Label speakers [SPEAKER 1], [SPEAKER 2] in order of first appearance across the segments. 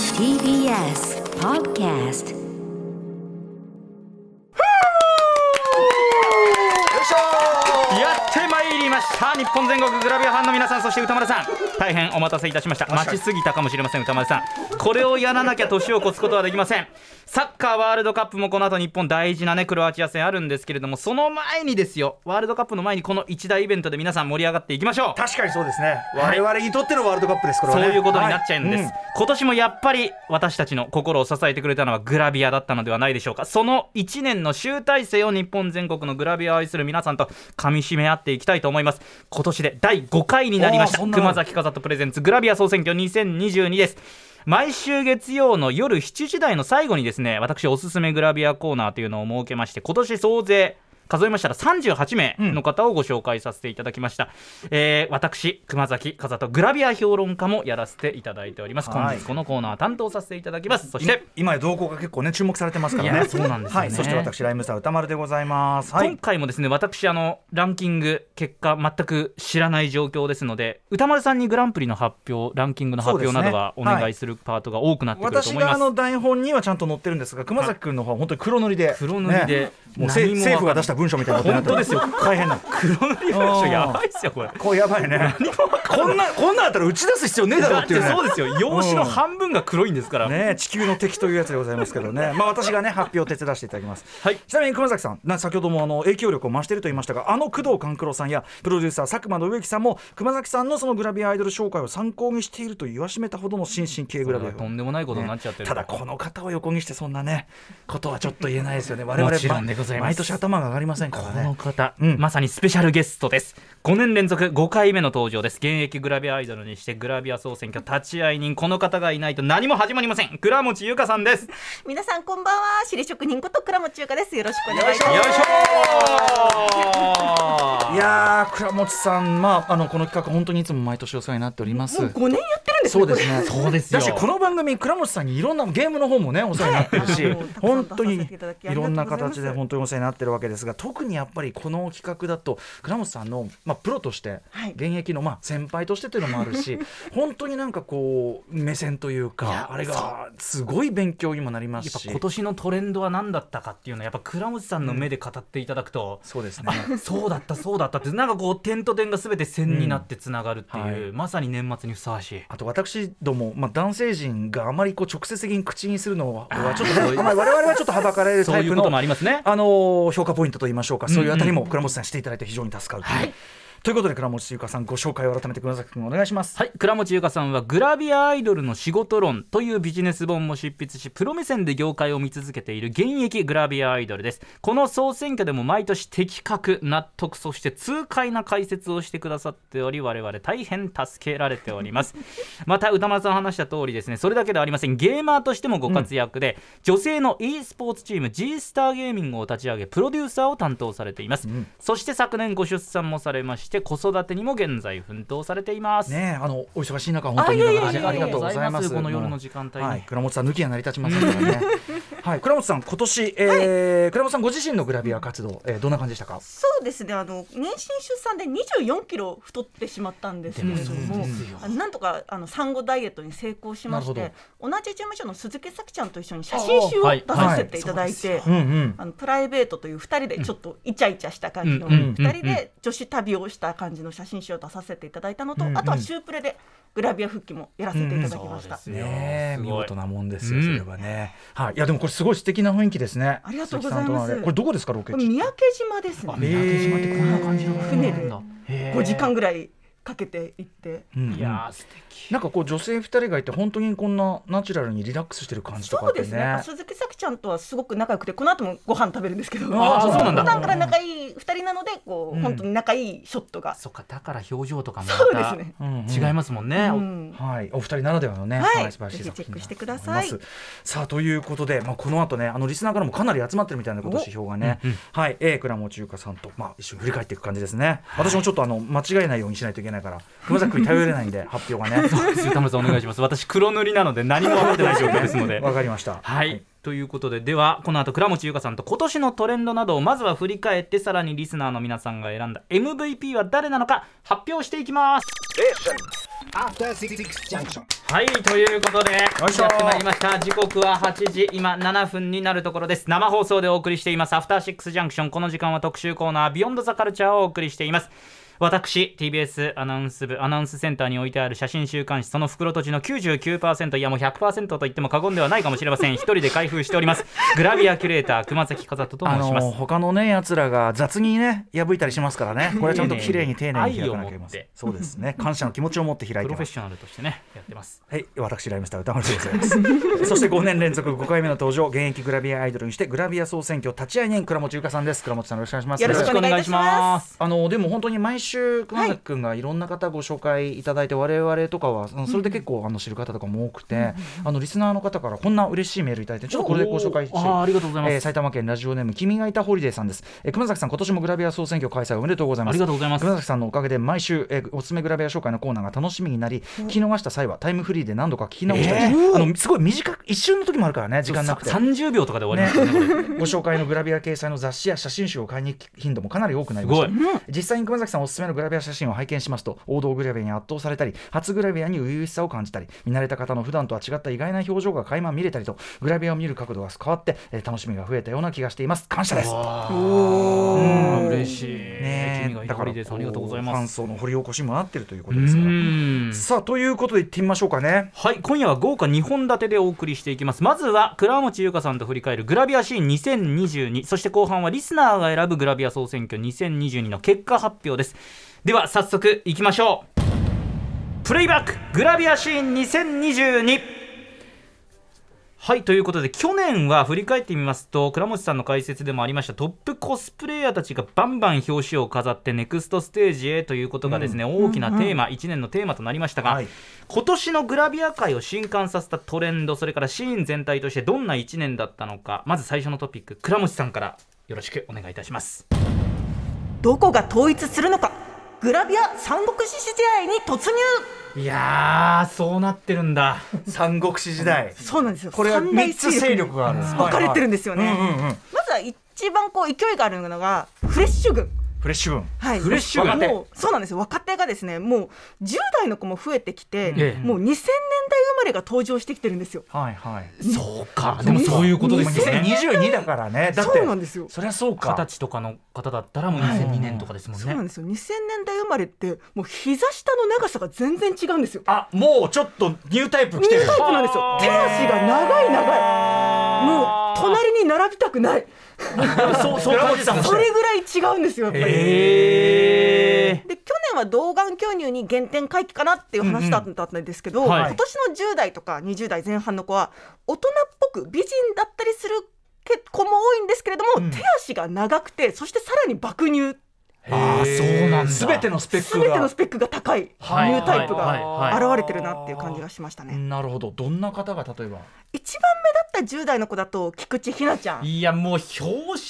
[SPEAKER 1] TBS Podcast
[SPEAKER 2] よいしょ
[SPEAKER 3] やってまいりました日本全国グラビアファンの皆さんそして歌丸さん大変お待たせいたしました待ちすぎたかもしれません歌丸さんこれをやらなきゃ年を越すことはできませんサッカーワールドカップもこの後日本大事なねクロアチア戦あるんですけれどもその前にですよワールドカップの前にこの一大イベントで皆さん盛り上がっていきましょう
[SPEAKER 2] 確かにそうですね、
[SPEAKER 3] はい
[SPEAKER 2] 我々にとってのワールドカップですこれは
[SPEAKER 3] そう
[SPEAKER 2] ね
[SPEAKER 3] いうことになっちゃうんです、
[SPEAKER 2] はい
[SPEAKER 3] 今年もやっぱり私たちの心を支えてくれたのはグラビアだったのではないでしょうかその1年の集大成を日本全国のグラビアを愛する皆さんと噛み締め合っていきたいと思います今年で第5回になりまし
[SPEAKER 2] お
[SPEAKER 3] た
[SPEAKER 2] ーそんなの
[SPEAKER 3] 熊崎風とプレゼンツグラビア総選挙2022です毎週月曜の夜7時台の最後にですね私おすすめグラビアコーナーというのを設けまして今年総勢数えましたら38名の方をご紹介させていただきました、えー私熊崎風とグラビア評論家もやらせていただいております
[SPEAKER 2] は
[SPEAKER 3] 本
[SPEAKER 2] い
[SPEAKER 3] 日このコーナー担当させていただきますそして
[SPEAKER 2] 今や動向が結構ね注目されてますから
[SPEAKER 3] い
[SPEAKER 2] ね
[SPEAKER 3] やそうなんですよ
[SPEAKER 2] は
[SPEAKER 3] ね
[SPEAKER 2] い、そして私ライムスター歌丸でございますはい
[SPEAKER 3] 今回もですね私あのランキング結果全く知らない状況ですので歌丸さんにグランプリの発表ランキングの発表などは
[SPEAKER 2] そ
[SPEAKER 3] お
[SPEAKER 2] うですね
[SPEAKER 3] 願いするパートが多くなってくると
[SPEAKER 2] 私
[SPEAKER 3] 思いま
[SPEAKER 2] が
[SPEAKER 3] す、
[SPEAKER 2] あの台本にはちゃんと載ってるんですが熊崎君の方は本当に黒塗りで
[SPEAKER 3] 黒塗りで
[SPEAKER 2] ねもうせ
[SPEAKER 3] 何も
[SPEAKER 2] 政府が出した文書みたいなことになってる
[SPEAKER 3] 本当ですよ
[SPEAKER 2] 大変な
[SPEAKER 3] 黒塗り文書やばいっすよこれ
[SPEAKER 2] これやばいねこんなこんなんあったら打ち出す必要ねえだろ
[SPEAKER 3] だ
[SPEAKER 2] うっ
[SPEAKER 3] ってて
[SPEAKER 2] いうね
[SPEAKER 3] そうですよ用紙の半分が黒いんですから、
[SPEAKER 2] ね地球の敵というやつでございますけどねまあ私がね発表を手伝わせていただきます、
[SPEAKER 3] はい
[SPEAKER 2] ちなみに熊崎さんな先ほどもあの影響力を増していると言いましたがあの工藤官九郎さんやプロデューサー佐久間信之さんも熊崎さんのそのグラビアアイドル紹介を参考にしていると言わしめたほどの新進系グラビア
[SPEAKER 3] とんでもないことになっちゃって
[SPEAKER 2] ね
[SPEAKER 3] る
[SPEAKER 2] ただこの方を横にしてそんなねことはちょっと言えないですよね我々
[SPEAKER 3] もちろんでございます
[SPEAKER 2] 毎年頭が上がりませんから
[SPEAKER 3] この
[SPEAKER 2] ね
[SPEAKER 3] 方、
[SPEAKER 2] うん
[SPEAKER 3] まさにスペシャルゲストです5年連続5回目の登場です現役グラビアアイドルにしてグラビア総選挙立ち会い人この方がいないと何も始まりません倉持優香さんですよ
[SPEAKER 4] 皆さんこんばんは、しり職人こと倉持優香です。よろしくお願いし
[SPEAKER 3] い
[SPEAKER 4] ま
[SPEAKER 3] し
[SPEAKER 4] す。
[SPEAKER 3] ょー
[SPEAKER 2] いやー倉持さんまああのこの企画本当にいつも毎年お世話になっております
[SPEAKER 4] もう五年やってるんです
[SPEAKER 2] そ
[SPEAKER 4] ね。
[SPEAKER 2] うですね。
[SPEAKER 3] そうですよ
[SPEAKER 2] だしこの番組倉持さんにいろんなゲームの方も ねお世話になってるし、
[SPEAKER 4] はいもうたく
[SPEAKER 2] 本
[SPEAKER 4] さ
[SPEAKER 2] 当
[SPEAKER 4] ん出さ
[SPEAKER 2] に
[SPEAKER 4] せていただき
[SPEAKER 2] いろんな
[SPEAKER 4] ありがとうご
[SPEAKER 2] 形
[SPEAKER 4] ざい
[SPEAKER 2] で
[SPEAKER 4] ます
[SPEAKER 2] 本当にお世話になってるわけですが、特にやっぱりこの企画だと倉持さんのまあプロとして、
[SPEAKER 4] はい
[SPEAKER 2] 現役のまあ先輩としてというのもある し、本当になんかこう目線という
[SPEAKER 3] いや
[SPEAKER 2] かあれがすごい勉強にもなります
[SPEAKER 3] やっぱ
[SPEAKER 2] し、
[SPEAKER 3] 今年のトレンドは何だったかっていうのはやっぱ倉持さんの目で語っていただくと、
[SPEAKER 2] そうですね。
[SPEAKER 3] あそうだったそうだったってなんかこう点と点が全て線になってつながるっていう、
[SPEAKER 2] うんはい
[SPEAKER 3] まさに年末にふさわしい
[SPEAKER 2] あと私ども、まあ、男性陣があまりこう直接的に口にするのははちょっとね、 あまり我々はちょっとはばかられる
[SPEAKER 3] そ
[SPEAKER 2] タ
[SPEAKER 3] う
[SPEAKER 2] イ
[SPEAKER 3] いう
[SPEAKER 2] プ
[SPEAKER 3] こ
[SPEAKER 2] の
[SPEAKER 3] ともありますね
[SPEAKER 2] あのー評価ポイントといいましょうか、そういうあたり
[SPEAKER 3] うん
[SPEAKER 2] も倉持さんしていただいて非常に助かるという。ということで倉持ゆかさんご紹介を改めて熊崎君お願いします。
[SPEAKER 3] はい倉持優香さんは「グラビアアイドルの仕事論」というビジネス本も執筆しプロ目線で業界を見続けている現役グラビアアイドルですこの総選挙でも毎年的確納得そして痛快な解説をしてくださっており我々大変助けられております また歌丸さん話した通りですねそれだけではありませんゲーマーとしてもご活躍で、女性の e スポーツチーム G スターゲーミングを立ち上げプロデューサーを担当されています、
[SPEAKER 2] ん
[SPEAKER 3] そして昨年ご出産もされまして子育てにも現在奮闘されています
[SPEAKER 2] ねえあのお忙しい中本当に
[SPEAKER 4] あいえいえ
[SPEAKER 2] 長々
[SPEAKER 4] いえいえ
[SPEAKER 2] ありがとうございます。
[SPEAKER 3] この夜の時間帯に、
[SPEAKER 2] はい、倉本さん抜きが成り立ちませんから ね。はい、倉本さん今年、えー倉本さんご自身のグラビア活動、えーどんな感じでしたか。
[SPEAKER 4] そうですね。あの妊娠出産で二十四キロ太ってしまったんですけれど
[SPEAKER 3] でも
[SPEAKER 4] も
[SPEAKER 3] そうですよ、
[SPEAKER 4] あのなんとかあの産後ダイエットに成功しまし
[SPEAKER 2] なる
[SPEAKER 4] て、同じ事務所の鈴木咲ちゃんと一緒に写真集を
[SPEAKER 3] はい
[SPEAKER 4] 出させていただいて
[SPEAKER 2] う。んうん。
[SPEAKER 4] あのプライベートという2人でちょっとイチャイチャした感じの
[SPEAKER 3] うんうん
[SPEAKER 4] 2人で女子旅をした感じの写真集を出させていただいたのと
[SPEAKER 2] うんうん
[SPEAKER 4] あとはシュープレでグラビア復帰もやらせていただきました。
[SPEAKER 3] うんうんそうですよ
[SPEAKER 2] ねえ
[SPEAKER 3] すご
[SPEAKER 2] 見
[SPEAKER 3] い
[SPEAKER 2] 事なもんですよそれはね。はい、いやでもこれすごい素敵な雰囲気ですね。
[SPEAKER 4] ありがとうございます
[SPEAKER 2] 鈴木さんのあれこれどこですかロケ
[SPEAKER 4] これ
[SPEAKER 2] 地。
[SPEAKER 4] 三宅島ですね
[SPEAKER 3] あ。三宅島ってこんな感じの
[SPEAKER 4] 船で
[SPEAKER 3] へー
[SPEAKER 4] 5時間ぐらいかけて行って。
[SPEAKER 2] うんうん
[SPEAKER 3] いやー素敵
[SPEAKER 2] なんかこう女性2人がいて本当にこんなナチュラルにリラックスしてる感じとか
[SPEAKER 4] そ
[SPEAKER 2] っ
[SPEAKER 4] う
[SPEAKER 2] て
[SPEAKER 4] ですね
[SPEAKER 2] ね。
[SPEAKER 4] 鈴木咲ちゃんとはすごく仲良くてこの後もご飯食べるんですけど
[SPEAKER 2] あーそうなんだ
[SPEAKER 4] 普段から仲いい2人なのでこう、
[SPEAKER 2] うん
[SPEAKER 4] 本当に仲いいショットが、
[SPEAKER 3] そっかだから表情とかも
[SPEAKER 4] そうで
[SPEAKER 3] また
[SPEAKER 4] すね、
[SPEAKER 2] うんうん
[SPEAKER 3] 違いますもんね、
[SPEAKER 4] うん
[SPEAKER 2] はい、お二人ならではのね、
[SPEAKER 4] はい
[SPEAKER 2] 素晴らしい作品だと思います
[SPEAKER 4] ぜひチェックしてください。
[SPEAKER 2] さあということで、まあこの後ね、あのリスナーからもかなり集まってるみたいな今年票がね、
[SPEAKER 3] うんうん
[SPEAKER 2] はい、えー、倉持優香さんとまあ一緒に振り返っていく感じですね。私もちょっとあの間違えないようにしないといけないから、熊崎君に頼れないんで 発表がね。
[SPEAKER 3] そうです歌丸さんお願いします私黒塗りなので何も分かってない状況ですので
[SPEAKER 2] わかりました。
[SPEAKER 3] はい。ということでではこの後倉持優香さんと今年のトレンドなどをまずは振り返ってさらにリスナーの皆さんが選んだ MVP は誰なのか発表していきます
[SPEAKER 5] After Six Junction.
[SPEAKER 3] はいということでや
[SPEAKER 2] いしょ
[SPEAKER 3] ってまいりました時刻は8時今7分になるところです生放送でお送りしていますアフターシックスジャンクションこの時間は特集コーナービヨンドザカルチャーをお送りしています私 TBS アナウンス部アナウンスセンターに置いてある写真週刊誌その袋とじの99%いやもう100%と言っても過言ではないかもしれません一人で開封しており ますグラビアキュレーター熊崎風人と
[SPEAKER 2] あ
[SPEAKER 3] 申します、
[SPEAKER 2] の他のねやつらが雑にね破いたりしますから ねこれはちゃんと綺麗に丁寧に開かなきゃいけま
[SPEAKER 3] 愛を持っ
[SPEAKER 2] せん
[SPEAKER 3] て
[SPEAKER 2] そうです ね感謝の気持ちを持って開いて
[SPEAKER 3] プロ
[SPEAKER 2] ま
[SPEAKER 3] フェッ
[SPEAKER 2] す
[SPEAKER 3] ショナルとしてねやってます
[SPEAKER 2] はい私ライムスター歌丸でございます そして5年連続5回目の登場現役グラビアアイドルにしてグラビア総選挙立ち会い人倉持ゆかさんです倉持さんよろしくお願いします
[SPEAKER 4] よろしくお願いいたします。
[SPEAKER 2] あのでも本当に毎週熊崎君がいろんな方ご紹介いただいて、我々とかはあのそれで結構あの知る方とかも多くて、あのリスナーの方からこんな嬉しいメールいただいてちょっとこれでご紹介し
[SPEAKER 3] おーあーありがとうございます
[SPEAKER 2] えー埼玉県ラジオネーム君がいたホリデーさんです、えー熊崎さん今年もグラビア総選挙開催おめでとうございます
[SPEAKER 3] ありがとうございます
[SPEAKER 2] 熊崎さんのおかげで毎週、えーおすすめグラビア紹介のコーナーが楽しみになり聞き逃した際はタイムフリーで何度か聞き直したりして、あのすごい短く一瞬の時もあるからね時間なくて
[SPEAKER 3] さ30秒とかで終わ
[SPEAKER 2] ね
[SPEAKER 3] りますねこれ、
[SPEAKER 2] ご紹介のグラビア掲載の雑誌や写真集を買いに行く頻度もかなり多くなりました
[SPEAKER 3] す
[SPEAKER 2] 実際に熊崎さんおすすめのグラビア写真を拝見しますと王道グラビアに圧倒されたり初グラビアに初々しさを感じたり見慣れた方の普段とは違った意外な表情が垣間見れたりとグラビアを見る角度が変わって、えー楽しみが増えたような気がしています感謝です
[SPEAKER 3] お嬉しい。
[SPEAKER 2] ね
[SPEAKER 3] 君がいたりです。ありがとうございま
[SPEAKER 2] 感
[SPEAKER 3] す。
[SPEAKER 2] 想の掘り起こしもなってるというこ
[SPEAKER 3] う
[SPEAKER 2] とですから
[SPEAKER 3] ん
[SPEAKER 2] さあということでいってみましょうかね
[SPEAKER 3] はい今夜は豪華2本立てでお送りしていきますまずは倉持優香さんと振り返るグラビアシーン2022そして後半はリスナーが選ぶグラビア総選挙2022の結果発表ですでは早速いきましょうプレイバックグラビアシーン2022はいということで去年は振り返ってみますと倉持さんの解説でもありましたトップコスプレイヤーたちがバンバン表紙を飾ってネクストステージへということがですね、大きなテーマ、1年のテーマとなりましたが、
[SPEAKER 2] はい
[SPEAKER 3] 今年のグラビア界を震撼させたトレンドそれからシーン全体としてどんな1年だったのかまず最初のトピック倉持さんからよろしくお願いいたします
[SPEAKER 4] どこが統一するのかグラビア三国志時代に突入
[SPEAKER 3] いやーそうなってるんだ
[SPEAKER 2] 三国志時代
[SPEAKER 4] そうなんですよ
[SPEAKER 2] これは
[SPEAKER 4] 三大
[SPEAKER 2] 3つ勢力がある
[SPEAKER 4] 分かれてるんですよね、
[SPEAKER 2] はいはいうんうんうん
[SPEAKER 4] まずは一番こう勢いがあるのがフレッシュ軍
[SPEAKER 2] フレッシュ軍
[SPEAKER 4] はい、
[SPEAKER 3] フレッシュ軍
[SPEAKER 4] もうそうなんですよ若手がですねもう10代の子も増えてきて、
[SPEAKER 3] ええ
[SPEAKER 4] もう2000年代生まれが登場してきてるんですよ
[SPEAKER 2] はいはい
[SPEAKER 3] そうかでもそういうことですよね
[SPEAKER 2] 2022だからねだって
[SPEAKER 4] そうなんですよ
[SPEAKER 2] そりゃそう
[SPEAKER 3] 二
[SPEAKER 2] か
[SPEAKER 3] 十歳とかの方だったらもう2002年とかですもん
[SPEAKER 4] そうなん
[SPEAKER 3] ね
[SPEAKER 4] ですよ2000年代生まれってもう膝下の長さが全然違うんですよ
[SPEAKER 2] あもうちょっとニュータイプ来てる
[SPEAKER 4] ニュータイプなんですよ手足が長い長いもう隣に並びたくない
[SPEAKER 2] そうそう感じたもん
[SPEAKER 4] それぐらい違うんですよやっぱり、
[SPEAKER 3] え
[SPEAKER 4] で去年は童顔巨乳に原点回帰かなっていう話だったんですけど、
[SPEAKER 3] うんはい
[SPEAKER 4] 今年の10代とか20代前半の子は大人っぽく美人だったりする子も多いんですけれども、手足が長くてそしてさらに爆乳
[SPEAKER 3] ー、ああそうなんだ
[SPEAKER 2] すべてのスペッ
[SPEAKER 4] す
[SPEAKER 2] ク
[SPEAKER 4] べての
[SPEAKER 2] が
[SPEAKER 4] スペックが高い
[SPEAKER 3] はい
[SPEAKER 4] ニュータイプ
[SPEAKER 3] はいはい
[SPEAKER 4] が
[SPEAKER 3] は
[SPEAKER 4] 現れてるなっていう感じがしましたね、
[SPEAKER 2] なるほどどんな方が例えば
[SPEAKER 4] 一番目立った10代の子だと菊池ひなちゃん
[SPEAKER 3] いやもう表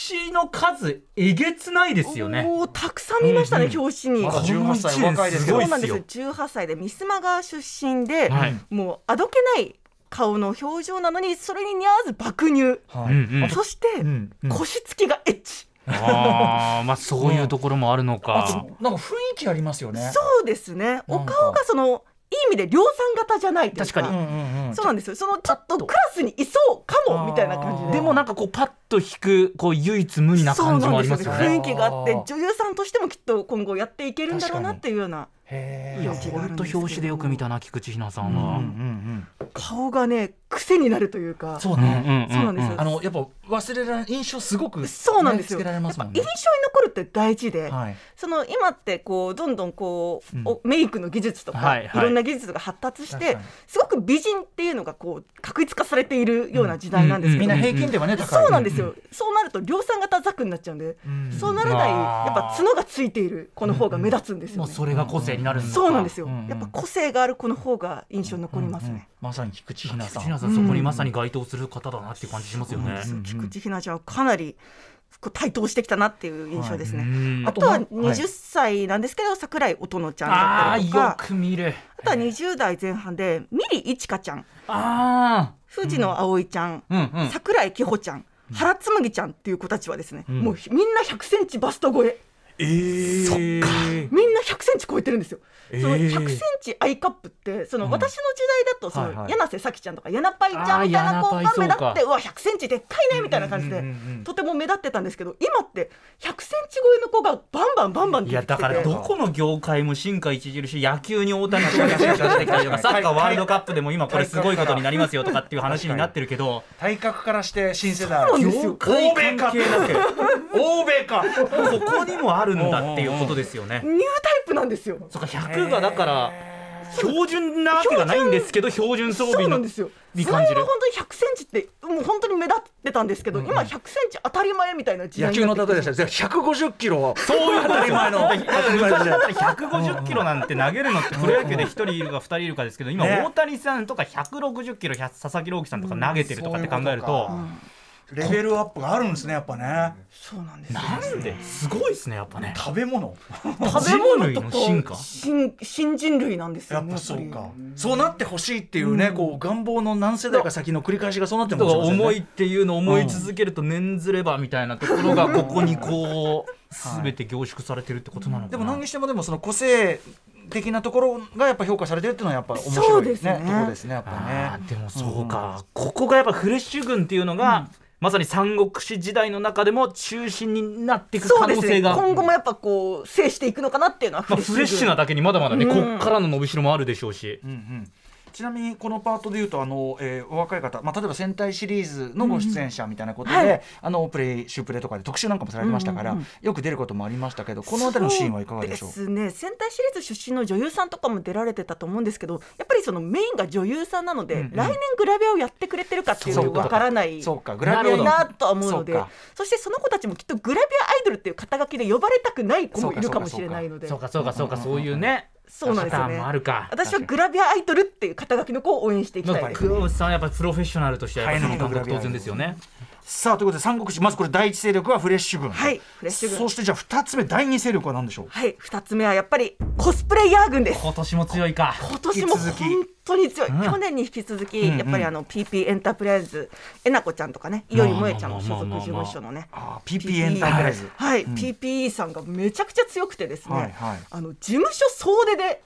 [SPEAKER 3] 紙の数えげつないですよね
[SPEAKER 4] もうたくさん見ましたね、表紙に、
[SPEAKER 2] まだ
[SPEAKER 3] この
[SPEAKER 2] 18
[SPEAKER 3] 一年
[SPEAKER 2] 歳若いですけ
[SPEAKER 3] ご
[SPEAKER 2] ど
[SPEAKER 3] い
[SPEAKER 4] そ
[SPEAKER 3] っ
[SPEAKER 4] う
[SPEAKER 3] すよ
[SPEAKER 4] なんですよ18歳でミスマガ出身で、
[SPEAKER 3] はい
[SPEAKER 4] もうあどけない顔の表情なのにそれに似合わず爆乳
[SPEAKER 2] はい
[SPEAKER 3] うんうん
[SPEAKER 4] そして、
[SPEAKER 2] うんうん
[SPEAKER 4] 腰つきがエッチ
[SPEAKER 3] ああまあそういうところもあるの
[SPEAKER 2] あ
[SPEAKER 3] か
[SPEAKER 2] となんか雰囲気ありますよね
[SPEAKER 4] そうですねお
[SPEAKER 2] なんか
[SPEAKER 4] 顔がそのいい意味で量産型じゃないというか
[SPEAKER 3] 確かに
[SPEAKER 2] うんうんうん
[SPEAKER 4] そうなんですよそのちょっとクラスにいそうかもみたいな感じ
[SPEAKER 2] あー
[SPEAKER 4] で
[SPEAKER 3] でもなんかこうパッと引くこう唯一無二な
[SPEAKER 4] そう
[SPEAKER 3] 感じも
[SPEAKER 4] な
[SPEAKER 3] あ
[SPEAKER 4] ん
[SPEAKER 3] り
[SPEAKER 4] で
[SPEAKER 3] ますす
[SPEAKER 4] よ
[SPEAKER 3] よ
[SPEAKER 4] ね
[SPEAKER 3] ね。
[SPEAKER 4] 雰囲気があって
[SPEAKER 2] あー
[SPEAKER 4] 女優さんとしてもきっと今後やっていけるんだろうなっていうような
[SPEAKER 2] へ
[SPEAKER 3] い
[SPEAKER 2] え
[SPEAKER 3] や
[SPEAKER 4] 雰囲気がある
[SPEAKER 3] 本
[SPEAKER 4] ん
[SPEAKER 3] 当
[SPEAKER 4] ですけど
[SPEAKER 3] 表紙でよく見たな菊池ひなさん
[SPEAKER 2] うんうんう
[SPEAKER 3] は。
[SPEAKER 2] ん
[SPEAKER 4] 顔がね癖になるというか
[SPEAKER 2] そう
[SPEAKER 3] うん
[SPEAKER 2] ね
[SPEAKER 3] うん
[SPEAKER 4] そうなんですよ
[SPEAKER 2] あのやっぱ忘れられ印象すごく
[SPEAKER 4] そうなんですよ
[SPEAKER 2] ねつけられますもんね
[SPEAKER 4] 印象に残るって大事で、
[SPEAKER 2] はい
[SPEAKER 4] その今ってこうどんどんこう、
[SPEAKER 2] うん
[SPEAKER 4] おメイクの技術とか、
[SPEAKER 3] はい
[SPEAKER 4] い
[SPEAKER 3] はい
[SPEAKER 4] ろんな技術が発達し
[SPEAKER 2] 確
[SPEAKER 4] て
[SPEAKER 2] かに
[SPEAKER 4] すごく美人っていうのがこう確立化されているような時代なんですけ
[SPEAKER 2] みん
[SPEAKER 4] ど、
[SPEAKER 2] な平均点はね高い
[SPEAKER 4] そうなんですよ、そうなると量産型ザクになっちゃうんで、
[SPEAKER 2] ん
[SPEAKER 4] そうならない
[SPEAKER 3] うん
[SPEAKER 4] やっぱ角がついている子の方が目立つんですよ
[SPEAKER 3] もう
[SPEAKER 4] ね、
[SPEAKER 3] それが個性になるんだ。
[SPEAKER 4] そうなんですよ、
[SPEAKER 2] うんうん
[SPEAKER 4] やっぱ個性がある子の方が印象に残りますね、
[SPEAKER 2] うんうんまさに菊池ひな
[SPEAKER 3] 菊
[SPEAKER 2] さん
[SPEAKER 3] 池ひなさんそこにまさに該当する方だなっていう感じしますよね。
[SPEAKER 4] 菊池ひなちゃんはかなりこう台頭してきたなっていう印象ですね。
[SPEAKER 3] うん
[SPEAKER 4] あとは
[SPEAKER 2] あとなはい
[SPEAKER 4] 20歳なんですけど、桜井音乃ちゃんだ
[SPEAKER 3] ああ
[SPEAKER 4] ったりとか
[SPEAKER 3] よく見る
[SPEAKER 4] あとは20代前半でミリいちかちゃん
[SPEAKER 3] あ
[SPEAKER 4] 藤野葵ちゃん、
[SPEAKER 3] あうんうん
[SPEAKER 4] 桜井希穂ちゃん原紬ちゃんっていう子たちはですね、
[SPEAKER 2] ん
[SPEAKER 4] もうみんな100センチバスト超え
[SPEAKER 3] えー、そっか
[SPEAKER 4] みんな100センチ超えてるんですよ。その
[SPEAKER 3] えー
[SPEAKER 4] 100センチアイカップってその
[SPEAKER 3] うん
[SPEAKER 4] 私の時代だとそ
[SPEAKER 2] はいは
[SPEAKER 4] の
[SPEAKER 2] い
[SPEAKER 4] 柳瀬咲ちゃんとか柳パイちゃんみたいな子が
[SPEAKER 3] あー柳パイそう
[SPEAKER 4] 目立っ
[SPEAKER 3] か
[SPEAKER 4] てうわ100センチでっかいねみたいな感じ
[SPEAKER 2] うんう
[SPEAKER 4] で
[SPEAKER 2] んうんうん
[SPEAKER 4] とても目立ってたんですけど今って100センチ超えの子がバンバンバンバン出てきて
[SPEAKER 2] いやだから
[SPEAKER 4] て
[SPEAKER 3] どこの業界も進化著しい野球に大谷翔平選手が出てきたりとかサッカーワールドカップでも今これすごいことになりますよとかっていう話になってるけど
[SPEAKER 5] 体格からして新世代
[SPEAKER 4] なんですよ
[SPEAKER 5] 欧米か 欧米か
[SPEAKER 3] ここにもあるんだっていうことですよね
[SPEAKER 4] ニュータイプなんですよ
[SPEAKER 3] そっか100がだから標準なわけがないんですけど標準装
[SPEAKER 4] そ
[SPEAKER 3] 備
[SPEAKER 4] うな
[SPEAKER 3] の
[SPEAKER 4] んですよ
[SPEAKER 3] に
[SPEAKER 4] それは
[SPEAKER 3] 感じ
[SPEAKER 4] 本
[SPEAKER 3] る
[SPEAKER 4] 当に100センチってもう本当に目立ってたんですけど今100センチ当たり前みたいな時代
[SPEAKER 2] 野
[SPEAKER 4] に
[SPEAKER 2] 球
[SPEAKER 4] な
[SPEAKER 2] の
[SPEAKER 4] って
[SPEAKER 2] 例えでした ら150キロを
[SPEAKER 3] そういう当たり前の昔
[SPEAKER 2] 前の
[SPEAKER 3] だったら150キロなんて投げるのってプロ野球で1人いるか2人いるかですけど今
[SPEAKER 2] ね
[SPEAKER 3] 大谷さんとか160キロ佐々木朗希さんとか投げてるとかって考えると
[SPEAKER 6] レベルアップがあるんですねやっぱね
[SPEAKER 4] そうなんですよ
[SPEAKER 3] なんですごいですねやっぱね
[SPEAKER 6] 食べ物
[SPEAKER 4] 食べ物と
[SPEAKER 3] 人類の
[SPEAKER 4] か
[SPEAKER 3] 進化
[SPEAKER 4] 新新人類なんですよ
[SPEAKER 6] やっぱそうか
[SPEAKER 2] そうなってほしいっていうね、こう願望の何世代か先の繰り返しがそうなってもしれませんね
[SPEAKER 3] 思いっていうのを思い続けると念ずればみたいなところがここにこう全て凝縮されてるってことなのかな
[SPEAKER 2] でも何にしてもでもその個性的なところがやっぱ評価されてるっていうのはやっぱ面
[SPEAKER 4] そ
[SPEAKER 2] 白
[SPEAKER 4] う
[SPEAKER 2] い
[SPEAKER 4] ですね
[SPEAKER 2] ところですねやっぱ
[SPEAKER 3] あー
[SPEAKER 2] ね。
[SPEAKER 3] でもそうか、ここがやっぱフレッシュ軍っていうのが、まさに三国志時代の中でも中心になっていく
[SPEAKER 4] そ
[SPEAKER 3] 可
[SPEAKER 4] うで
[SPEAKER 3] 能
[SPEAKER 4] す
[SPEAKER 3] 性
[SPEAKER 4] ね
[SPEAKER 3] が、
[SPEAKER 4] 今後もやっぱこう制していくのかなっていうのは
[SPEAKER 3] まあ、フレッシュなだけにまだまだね、
[SPEAKER 4] うん
[SPEAKER 3] こっからの伸びしろもあるでしょうし、
[SPEAKER 2] うんうんちなみにこのパートでいうとあの、えーお若い方、まあ、例えば戦隊シリーズのご出演者みたいなことで、
[SPEAKER 4] うんはい
[SPEAKER 2] あのプレイシュープレイとかで特集なんかもされてましたから、
[SPEAKER 4] うんうん
[SPEAKER 2] よく出ることもありましたけどこの辺りのシーンはいかがでしょう
[SPEAKER 4] そうですね戦隊シリーズ出身の女優さんとかも出られてたと思うんですけどやっぱりそのメインが女優さんなので、
[SPEAKER 2] うんうん
[SPEAKER 4] 来年グラビアをやってくれてるかっていうのがわからない
[SPEAKER 2] そうかグラ
[SPEAKER 4] な
[SPEAKER 2] ビアに
[SPEAKER 4] とは思うので
[SPEAKER 2] そう
[SPEAKER 4] そ
[SPEAKER 2] か
[SPEAKER 4] してその子たちもきっとグラビアアイドルっていう肩書きで呼ばれたくない子もいるかもしれないので
[SPEAKER 3] そうかそうかそうかそういうね
[SPEAKER 4] そうなんです
[SPEAKER 3] パ
[SPEAKER 4] よ
[SPEAKER 3] ターン
[SPEAKER 4] ね
[SPEAKER 3] もあるか
[SPEAKER 4] 私はグラビアアイドルっていう肩書きの子を応援していき
[SPEAKER 3] ま
[SPEAKER 4] た
[SPEAKER 3] あ
[SPEAKER 4] いです
[SPEAKER 3] 久保さんはやっぱりプロフェッショナルとしてはやっぱり
[SPEAKER 2] はい
[SPEAKER 3] 感覚当然ですよね
[SPEAKER 2] さあということで三国志まずこれ第一勢力はフレッシュ軍
[SPEAKER 4] はいフレッシュ軍
[SPEAKER 2] そしてじゃあ二つ目第二勢力は何でしょう
[SPEAKER 4] はい二つ目はやっぱりコスプレイヤー軍です
[SPEAKER 3] 今年も強いか
[SPEAKER 4] 今年
[SPEAKER 2] 引
[SPEAKER 4] も
[SPEAKER 2] き続き
[SPEAKER 4] 本当に強い、
[SPEAKER 3] ん
[SPEAKER 4] 去年に引き続き、
[SPEAKER 2] うんうん
[SPEAKER 4] やっぱりあの PP エンタープライズえなこちゃんとかねいよりもえちゃんの所属事務所のね
[SPEAKER 2] あー PP エンタープライズ
[SPEAKER 4] はい、
[SPEAKER 2] うん
[SPEAKER 4] PPE さんがめちゃくちゃ強くてですね、
[SPEAKER 2] はいはい
[SPEAKER 4] あの事務所総出で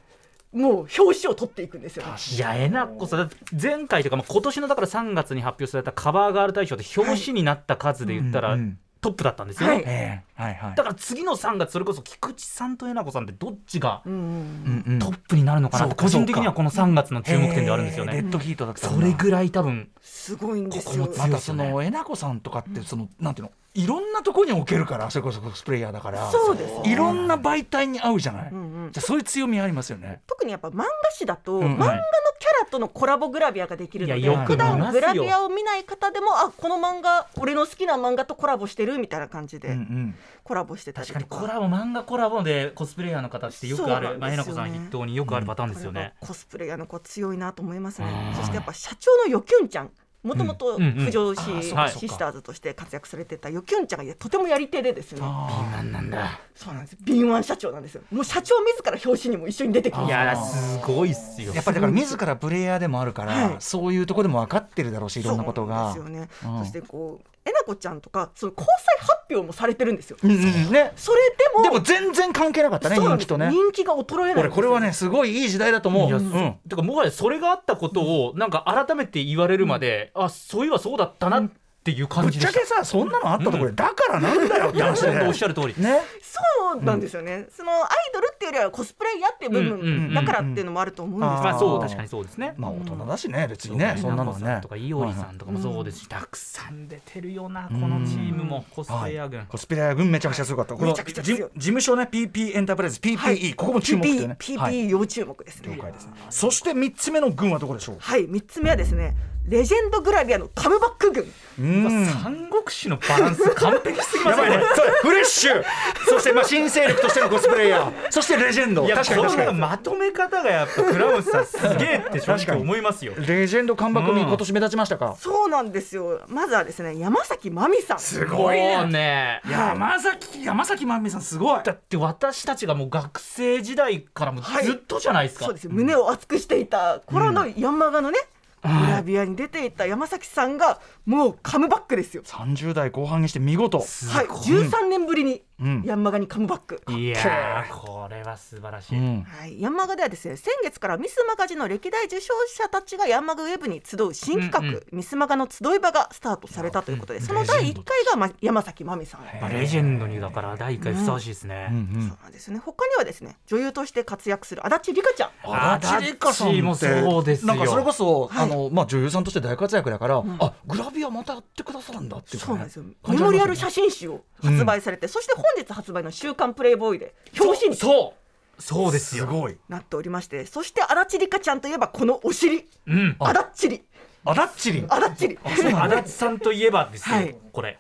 [SPEAKER 4] もう表紙を取っていくんですよね、
[SPEAKER 3] いやえなこさんだって前回というか、まあ、今年のだから3月に発表されたカバーガール大賞で表紙になった数で言ったら、
[SPEAKER 2] うんうん
[SPEAKER 3] トップだったんですよ、
[SPEAKER 4] はい
[SPEAKER 2] ええはいはい
[SPEAKER 3] だから次の3月それこそ菊池さんとえなこさんってどっちが
[SPEAKER 4] うんうんうん
[SPEAKER 2] うんうん
[SPEAKER 3] トップになるのかなって
[SPEAKER 2] そうか
[SPEAKER 3] 個
[SPEAKER 2] そうか
[SPEAKER 3] 人的にはこの3月の注目点ではあるんですよ
[SPEAKER 2] えー
[SPEAKER 3] ね
[SPEAKER 2] デッドヒートだった
[SPEAKER 3] それ
[SPEAKER 2] い
[SPEAKER 3] ぐらい多分
[SPEAKER 4] すごいんです
[SPEAKER 3] こ
[SPEAKER 4] よ
[SPEAKER 3] こも
[SPEAKER 2] ま
[SPEAKER 3] 強い
[SPEAKER 2] たそのえなこさんとかってそのなんていうのいろんなとこに置けるからそれこそコスプレイヤーだから
[SPEAKER 4] そうですね
[SPEAKER 2] いろんな媒体に合うじゃない
[SPEAKER 4] うんうん
[SPEAKER 2] じゃあそういう強みありますよね
[SPEAKER 4] 特にやっぱ漫画誌だと、
[SPEAKER 2] うん
[SPEAKER 4] 漫画のキャラとのコラボグラビアができるの
[SPEAKER 3] い
[SPEAKER 4] で
[SPEAKER 3] やよ
[SPEAKER 2] く見
[SPEAKER 4] 普段
[SPEAKER 3] ます
[SPEAKER 4] グ
[SPEAKER 3] よ
[SPEAKER 4] ラビアを見ない方でもあこの漫画俺の好きな漫画とコラボしてるみたいな感じ
[SPEAKER 2] うんう
[SPEAKER 4] で
[SPEAKER 2] ん
[SPEAKER 4] コラボしてたり
[SPEAKER 3] 確
[SPEAKER 4] と
[SPEAKER 3] か
[SPEAKER 4] か,、
[SPEAKER 3] にコラボ漫画コラボでコスプレイヤーの方ってよくあ
[SPEAKER 4] そ
[SPEAKER 3] る
[SPEAKER 4] う
[SPEAKER 3] まあえ
[SPEAKER 4] なんですよね
[SPEAKER 3] なこさん筆頭によくあるパターンですよ
[SPEAKER 4] これは
[SPEAKER 3] ね。
[SPEAKER 4] コスプレイヤーの子は強いなと思いますね
[SPEAKER 3] うん
[SPEAKER 4] そしてやっぱ社長のヨキュンちゃんもともと
[SPEAKER 3] うんうんうん
[SPEAKER 4] 浮上し
[SPEAKER 2] あー
[SPEAKER 4] シ
[SPEAKER 2] そうかそうか
[SPEAKER 4] スターズとして活躍されてたヨキュンちゃんがいやとてもやり手でですね
[SPEAKER 2] あ
[SPEAKER 3] なんだ
[SPEAKER 4] そうなんです敏腕社長なんですよもう社長自ら表紙にも一緒に出てくる
[SPEAKER 3] いやすごいっすよ
[SPEAKER 2] ーやっぱりだから自らプレイヤーでもあるか
[SPEAKER 4] はい
[SPEAKER 2] らそういうとこでも分かってるだろうしいろんなことが
[SPEAKER 4] そうなんです
[SPEAKER 2] う
[SPEAKER 4] よね、
[SPEAKER 2] ん
[SPEAKER 4] そしてこうえなこちゃんとかその交際発表もされてるんですよ、
[SPEAKER 2] うんうんうんね
[SPEAKER 4] それでも
[SPEAKER 2] でも全然関係なかったね
[SPEAKER 4] そうな
[SPEAKER 2] 人
[SPEAKER 4] んで
[SPEAKER 2] 気
[SPEAKER 4] す
[SPEAKER 2] とね
[SPEAKER 4] 人気が衰えないんですよ
[SPEAKER 2] 俺これはねすごいいい時代だと思ううん
[SPEAKER 3] てかもはやそれがあったことをなんか改めて言われるまで、あそういえばそうだったなっていう
[SPEAKER 2] ぶ
[SPEAKER 3] 感
[SPEAKER 2] っ
[SPEAKER 3] じ
[SPEAKER 2] ち
[SPEAKER 3] で
[SPEAKER 2] ゃ
[SPEAKER 3] した
[SPEAKER 2] け。さそんなのあったところでだからなんだよって
[SPEAKER 3] いや
[SPEAKER 2] 話
[SPEAKER 3] 本
[SPEAKER 2] で
[SPEAKER 3] 当おっしゃる通り。
[SPEAKER 2] ね
[SPEAKER 4] そうなんですよね、そのアイドルっていうよりはコスプレイヤーっていう部
[SPEAKER 3] うんうんうん
[SPEAKER 4] 分だからっていうのもあると思うんですけど、
[SPEAKER 3] まあそう確かにそうですね。
[SPEAKER 2] まあ大人だしね別にねそんなのは
[SPEAKER 3] えなこさ
[SPEAKER 2] ね
[SPEAKER 3] とかいお
[SPEAKER 2] は
[SPEAKER 3] り
[SPEAKER 2] い
[SPEAKER 3] さ
[SPEAKER 2] は
[SPEAKER 3] んとかもそうですし、たくさん出てるよなこのチームもコスプレイヤー軍
[SPEAKER 2] い。コスプレイヤー軍めちゃくちゃ強かったこの
[SPEAKER 4] めちゃくちゃ強い
[SPEAKER 2] 事事務所ね PP エンタープライズ PPE ここも注目というね
[SPEAKER 4] PP,
[SPEAKER 2] はい
[SPEAKER 4] PP 要注目ですね
[SPEAKER 2] 了解ですそして三つ目の軍はどこでしょう
[SPEAKER 4] はい、三つ目はですねレジェンドグラビアのカムバック軍
[SPEAKER 2] うん
[SPEAKER 3] 三国志のバランス完璧すぎま
[SPEAKER 2] や
[SPEAKER 3] せん
[SPEAKER 2] ばいね
[SPEAKER 3] ね。
[SPEAKER 2] そうフレッシュそしてまあ新勢力としてのコスプレイヤーそしてレジェンド
[SPEAKER 3] いや
[SPEAKER 2] 確かに確
[SPEAKER 3] こ
[SPEAKER 2] か
[SPEAKER 3] の
[SPEAKER 2] に
[SPEAKER 3] まとめ方がやっぱ倉本さんすげえって正直思いますよ。
[SPEAKER 2] レジェンド関白組
[SPEAKER 3] うん
[SPEAKER 2] 今年目立ちましたか、
[SPEAKER 4] そうなんですよまずはですね山崎真美さん
[SPEAKER 2] す
[SPEAKER 3] もうね。
[SPEAKER 5] 山崎山崎まみさんすごい
[SPEAKER 3] だって私たちがもう学生時代からもうずっとじゃないですか。
[SPEAKER 4] そうですよ胸を熱くしていた頃の山鹿のね、グラビアに出ていた山崎さんがもうカムバックですよ、
[SPEAKER 2] 30代後半にして見事
[SPEAKER 4] はい、13年ぶりに
[SPEAKER 2] うん
[SPEAKER 4] 山鹿にカムバック、
[SPEAKER 3] いやーこれは素晴らし
[SPEAKER 2] う
[SPEAKER 3] い。
[SPEAKER 2] ん
[SPEAKER 4] はい、ヤンマガではですね先月からミスマガジンの歴代受賞者たちがヤンマガウェブに集う新企画、
[SPEAKER 3] うんうん
[SPEAKER 4] ミスマガの集い場がスタートされたということで、その第1回が、ま、山崎真美さん。
[SPEAKER 3] まあレジェンドにだから第一回ふさわしいですね。
[SPEAKER 2] うんう
[SPEAKER 4] そ
[SPEAKER 2] ん
[SPEAKER 4] うなんですね他にはですね女優として活躍する足立梨花ちゃん
[SPEAKER 3] あだちもそうですよ。
[SPEAKER 2] なんかそれこそ、
[SPEAKER 4] はい
[SPEAKER 2] あのまあ、女優さんとして大活躍だから、あグラビアまたやってくださるんだっていうか
[SPEAKER 4] そう
[SPEAKER 2] ね、
[SPEAKER 4] なんですよ
[SPEAKER 2] 感
[SPEAKER 4] メ
[SPEAKER 2] じあ
[SPEAKER 4] モ
[SPEAKER 2] り
[SPEAKER 4] リ
[SPEAKER 2] ますよね
[SPEAKER 4] アル写真集を発売されて、そして本日発売の「週刊プレイボーイ」で表紙に
[SPEAKER 3] そうそうです
[SPEAKER 6] す
[SPEAKER 3] よ。
[SPEAKER 6] ごい
[SPEAKER 4] なっておりましてそして足立梨花ちゃんといえばこのお尻
[SPEAKER 3] うん。
[SPEAKER 4] 足立り
[SPEAKER 2] あだっちりん
[SPEAKER 4] 足立り
[SPEAKER 3] 足立さんといえばですよ、
[SPEAKER 4] はい
[SPEAKER 3] これ。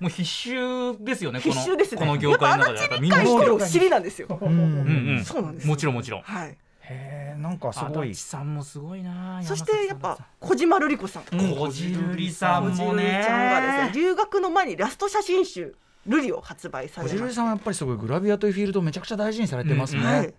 [SPEAKER 3] もう必修ですよね、こ
[SPEAKER 4] 必
[SPEAKER 3] の
[SPEAKER 4] 修ですね
[SPEAKER 3] この業界の中で
[SPEAKER 4] や
[SPEAKER 3] やっ
[SPEAKER 4] っ
[SPEAKER 3] ぱ
[SPEAKER 4] ぱ足
[SPEAKER 3] みんな
[SPEAKER 4] 立
[SPEAKER 3] 知って
[SPEAKER 4] 梨花イコー
[SPEAKER 3] る
[SPEAKER 4] ルお尻なんですよ
[SPEAKER 2] うん
[SPEAKER 3] うんうん、
[SPEAKER 4] そうなんですよ
[SPEAKER 3] もちろんもちろん。
[SPEAKER 4] はい
[SPEAKER 2] へえなんかすご
[SPEAKER 3] 足
[SPEAKER 2] い
[SPEAKER 3] 立さんもすごいな。
[SPEAKER 4] そしてやっぱ小島瑠璃子さん
[SPEAKER 3] 山里さん、こじるりさんもね
[SPEAKER 4] ち。ゃんがですね留学の前にラスト写真集「ルリ」を発売さ
[SPEAKER 2] 小
[SPEAKER 4] れ
[SPEAKER 2] じ
[SPEAKER 4] ま
[SPEAKER 2] るり
[SPEAKER 4] し
[SPEAKER 2] さんはやっぱりすごいグラビアというフィールドをめちゃくちゃ大事にされてますね、
[SPEAKER 4] た、はい、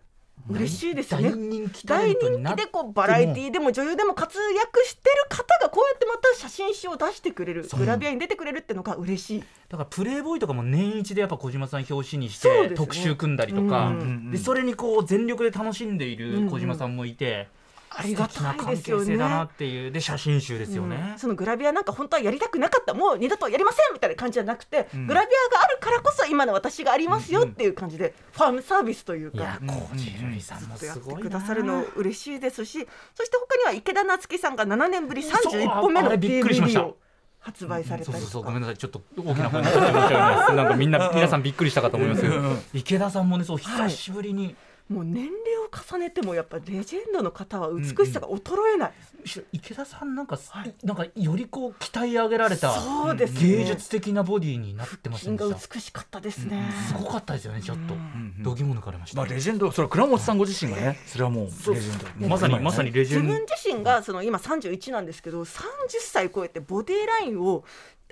[SPEAKER 4] 嬉しいですよ
[SPEAKER 3] 大
[SPEAKER 4] ね
[SPEAKER 3] 人気タレン
[SPEAKER 4] 大
[SPEAKER 3] トに
[SPEAKER 4] 人
[SPEAKER 3] な
[SPEAKER 4] 気
[SPEAKER 3] っ
[SPEAKER 4] でこうバラエティーでも女優でも活躍してる方がこうやってまた写真集を出してくれるグラビアに出てくれるってのが嬉しい
[SPEAKER 3] だからプレイボーイとかも年一でやっぱ小島さん表紙にし
[SPEAKER 4] そうです
[SPEAKER 3] て
[SPEAKER 4] ね
[SPEAKER 3] 特集組んだりとか、
[SPEAKER 4] うんうん
[SPEAKER 2] うん
[SPEAKER 3] でそれにこう全力で楽しんでいる小島さんもいて、
[SPEAKER 4] ありがたいです
[SPEAKER 3] 素敵な
[SPEAKER 4] よ
[SPEAKER 3] 関係性だな
[SPEAKER 4] ね
[SPEAKER 3] っていうで写真集ですよね
[SPEAKER 4] うん、そのグラビアなんか本当はやりたくなかったもう二度とやりませんみたいな感じじゃなくて、グラビアがあるからこそ今の私がありますよっていう感じでファンサービスという
[SPEAKER 3] い
[SPEAKER 4] か
[SPEAKER 3] や。こじるりさんも
[SPEAKER 4] やっ
[SPEAKER 3] す
[SPEAKER 4] て
[SPEAKER 3] ごい
[SPEAKER 4] く
[SPEAKER 3] な
[SPEAKER 4] ださるの嬉しいですしそして他には池田夏樹さんが7年ぶり
[SPEAKER 3] そう
[SPEAKER 4] 31
[SPEAKER 3] あ
[SPEAKER 4] 本目の
[SPEAKER 3] あれびっくりしました
[SPEAKER 4] DVD を発売され
[SPEAKER 3] そうそ
[SPEAKER 4] たり
[SPEAKER 3] うそう
[SPEAKER 4] と
[SPEAKER 3] ごめ
[SPEAKER 4] か
[SPEAKER 3] んなさいちょっと大きな声になっちゃって申し訳ないですなんかみんな皆さんびっくりしたかと思いますけど池田さんもねそう久しぶりに、
[SPEAKER 4] もう年齢を重ねてもやっぱレジェンドの方は美しさが衰えない、
[SPEAKER 3] むしろ池田さんなんか、なんかよりこう鍛え上げられた
[SPEAKER 4] そうですね
[SPEAKER 3] 芸術的なボディになってません
[SPEAKER 4] 品
[SPEAKER 3] で
[SPEAKER 4] が
[SPEAKER 3] した
[SPEAKER 4] 美しかったですね、
[SPEAKER 3] すごかったですよねちょっと度肝抜かれました、
[SPEAKER 2] まあ、レジェンドそれは倉本さんご自身がねそれはもうレジェンド
[SPEAKER 3] まさにまさにレジェ
[SPEAKER 4] 自
[SPEAKER 3] ンド
[SPEAKER 4] 分自身がその今31なんですけど30歳超えてボディラインを